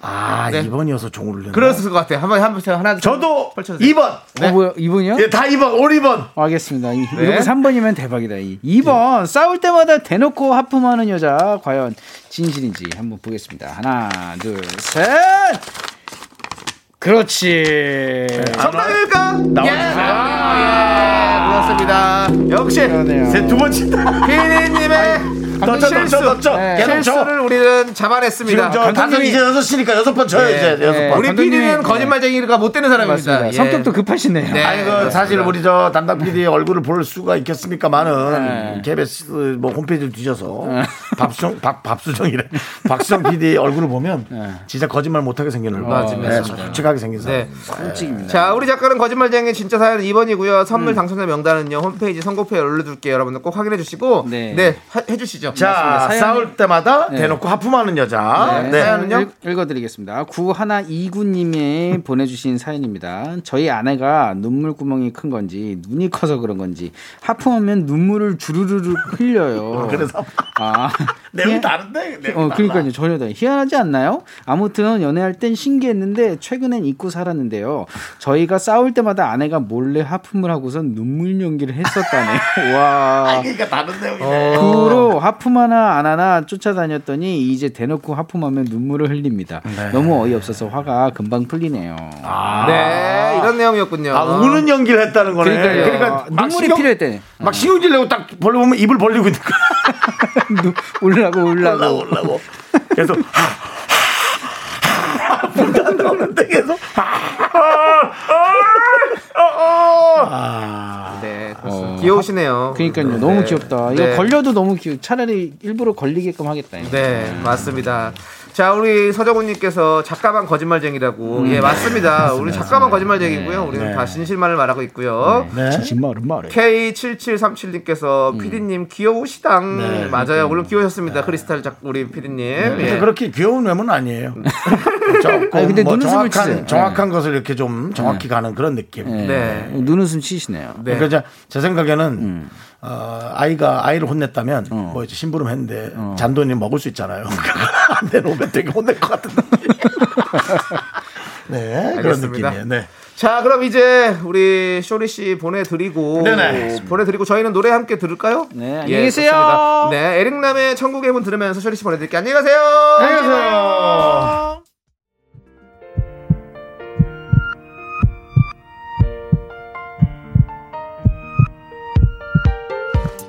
Speaker 1: 아,
Speaker 2: 네.
Speaker 1: 2번이어서 종을 내네.
Speaker 2: 그랬을 것 같아요. 한번 한번 제가 하나
Speaker 1: 저도
Speaker 2: 펼쳐주세요.
Speaker 1: 2번.
Speaker 2: 네.
Speaker 7: 어 뭐야 이분이요?
Speaker 1: 예, 다 2번, 올 2번.
Speaker 7: 어, 알겠습니다. 이- 이거 3번이면 대박이다.
Speaker 2: 예.
Speaker 7: 2번 싸울 때마다 대놓고 하품하는 여자 과연 진실인지 한번 보겠습니다. 하나, 둘, 셋. 그렇지.
Speaker 2: 네. 정답일까? 예. 아, 예. 그렇습니다. 역시
Speaker 7: 그러네요.
Speaker 1: 제 두 번 친다.
Speaker 2: 피디님의
Speaker 1: 넣죠, 넣죠, 넣죠.
Speaker 7: 네.
Speaker 1: 계속 쳐.
Speaker 2: 실수를 우리는 잡아냈습니다.
Speaker 1: 지금 저 다섯
Speaker 7: 감독님이-
Speaker 1: 이제 여섯 시니까 여섯 번 쳐요 이제 네. 여섯
Speaker 7: 예.
Speaker 1: 번.
Speaker 2: 우리
Speaker 7: 감독님이-
Speaker 2: PD는 거짓말쟁이가 못 되는 사람입니다.
Speaker 7: 맞습니다.
Speaker 2: 예.
Speaker 7: 성격도 급하시네요.
Speaker 2: 네.
Speaker 1: 아니 그 사실 우리 저 담당 PD의 얼굴을 볼 수가 있겠습니까만은 KBS 뭐 홈페이지를 뒤져서 박수정 박 박수정이래 박수정 PD의 얼굴을 보면 진짜 거짓말 못하게 생긴 얼굴,
Speaker 2: 맞습니다.
Speaker 1: 예. 네, 솔직하게 생긴 사람.
Speaker 2: 네.
Speaker 7: 아, 솔직입니다. 음.
Speaker 2: 자, 우리 작가는 거짓말쟁이 진짜 사연 2번이고요. 선물 당첨자 명단은요. 홈페이지 선곡표에 올려둘게요. 여러분들 꼭 확인해 주시고
Speaker 7: 네.
Speaker 2: 네, 하- 해주시죠.
Speaker 1: 자
Speaker 7: 사연이- 네.
Speaker 1: 싸울 때마다 대놓고 하품하는 여자. 네.
Speaker 2: 사연은요?
Speaker 7: 읽, 어드리겠습니다 구하나 이구님이 [LAUGHS] 보내주신 사연입니다. 저희 아내가 눈물 구멍이 큰 건지 눈이 커서 그런 건지 하품하면 눈물을 주르르르 흘려요.
Speaker 1: 그래서
Speaker 2: [LAUGHS]
Speaker 7: 아
Speaker 1: 내용 다른데. 네. 내용
Speaker 7: 어,
Speaker 1: 달라.
Speaker 7: 그러니까요. 전혀 다 희한하지 않나요? 아무튼 연애할 땐 신기했는데 최근엔 잊고 살았는데요. 저희가 싸울 때마다 아내가 몰래 하품을 하고선 눈물 연기를 했었다네요.
Speaker 1: [LAUGHS]
Speaker 7: 와.
Speaker 1: 그러니까 다른 내용이네.
Speaker 7: 그 후로 하품 하나 안 하나 쫓아다녔더니 이제 대놓고 하품하면 눈물을 흘립니다.
Speaker 1: 네.
Speaker 7: 너무 어이없어서 화가 금방 풀리네요. 아.
Speaker 2: 네, 이런 내용이었군요.
Speaker 1: 아 우는 연기를 했다는 거네.
Speaker 7: 그러니까요.
Speaker 1: 막
Speaker 7: 어, 눈물이
Speaker 1: 신경- [LAUGHS]
Speaker 7: 필요했대.
Speaker 1: 막 신경질 내고 딱 벌려 보면 입을 벌리고 있는 거야.
Speaker 7: 눈- 울라고
Speaker 1: 올라고
Speaker 7: 울라고.
Speaker 1: 올라고 계속 불도 안 나오는데 계속
Speaker 2: 네, 그렇습니다. 귀여우시네요.
Speaker 7: 어. 그러니까요.
Speaker 2: 네.
Speaker 7: 너무 귀엽다. 이거
Speaker 2: 네.
Speaker 7: 걸려도 너무 귀. 차라리 일부러 걸리게끔 하겠다. 이거.
Speaker 2: 네, 맞습니다. 자, 우리 서정훈님께서 작가만 거짓말쟁이라고.
Speaker 7: 음.
Speaker 2: 예,
Speaker 7: 네,
Speaker 2: 맞습니다. 우리 작가만 거짓말쟁이고요. 우리는 다 진실만을 말하고 있고요.
Speaker 7: 네. 진심만 얼마 안
Speaker 2: K7737님께서
Speaker 7: 음.
Speaker 2: 피디님 귀여우시당
Speaker 7: 네.
Speaker 2: 맞아요 물론 귀여우셨습니다 크리스탈 작 우리 피디님 예.
Speaker 1: 그렇게 귀여운 외모는 아니에요 조금
Speaker 7: 아니, 근데 네.
Speaker 1: 뭐 정확한
Speaker 7: 눈웃음을 치세요.
Speaker 1: 정확한 것을 이렇게 좀 정확히 가는 그런 느낌.
Speaker 7: 예.
Speaker 2: 네.
Speaker 7: 눈웃음 치시네요.
Speaker 1: 그러니까 이제 제 생각에는
Speaker 2: 음.
Speaker 1: 어, 아이가 아이를 혼냈다면
Speaker 2: 어.
Speaker 1: 뭐 이제 심부름 했는데 잔돈이 먹을 수 있잖아요. [LAUGHS] 그러니까 안 내놓으면 되게 혼낼 것 같은
Speaker 2: [LAUGHS]
Speaker 1: 느낌. 네, 그런
Speaker 2: 알겠습니다.
Speaker 1: 느낌이에요. 네.
Speaker 2: 자, 그럼 이제 우리 쇼리 씨 보내드리고
Speaker 1: 네네.
Speaker 2: 보내드리고 저희는 노래 함께 들을까요? 예,
Speaker 7: 네, 안녕히 계세요.
Speaker 2: 좋습니다. 네, 에릭남의 천국의 문 들으면서 쇼리 씨 보내드릴게요. 안녕히 가세요. 안녕히 가세요.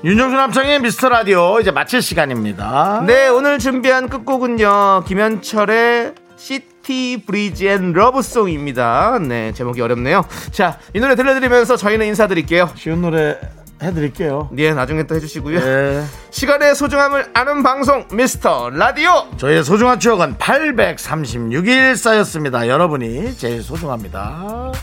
Speaker 1: 윤정수 남창의 미스터 라디오 이제 마칠 시간입니다.
Speaker 2: 네, 오늘 준비한 끝곡은요. 김현철의 시티 브리지 앤 러브송입니다. 네, 제목이 어렵네요. 자, 이 노래 들려드리면서 저희는 인사드릴게요.
Speaker 1: 쉬운 노래 해드릴게요.
Speaker 2: 네, 나중에 또 해주시고요.
Speaker 1: 네.
Speaker 2: 시간의 소중함을 아는 방송 미스터 라디오.
Speaker 1: 저희의 소중한 추억은 836일 쌓였습니다. 여러분이 제일 소중합니다.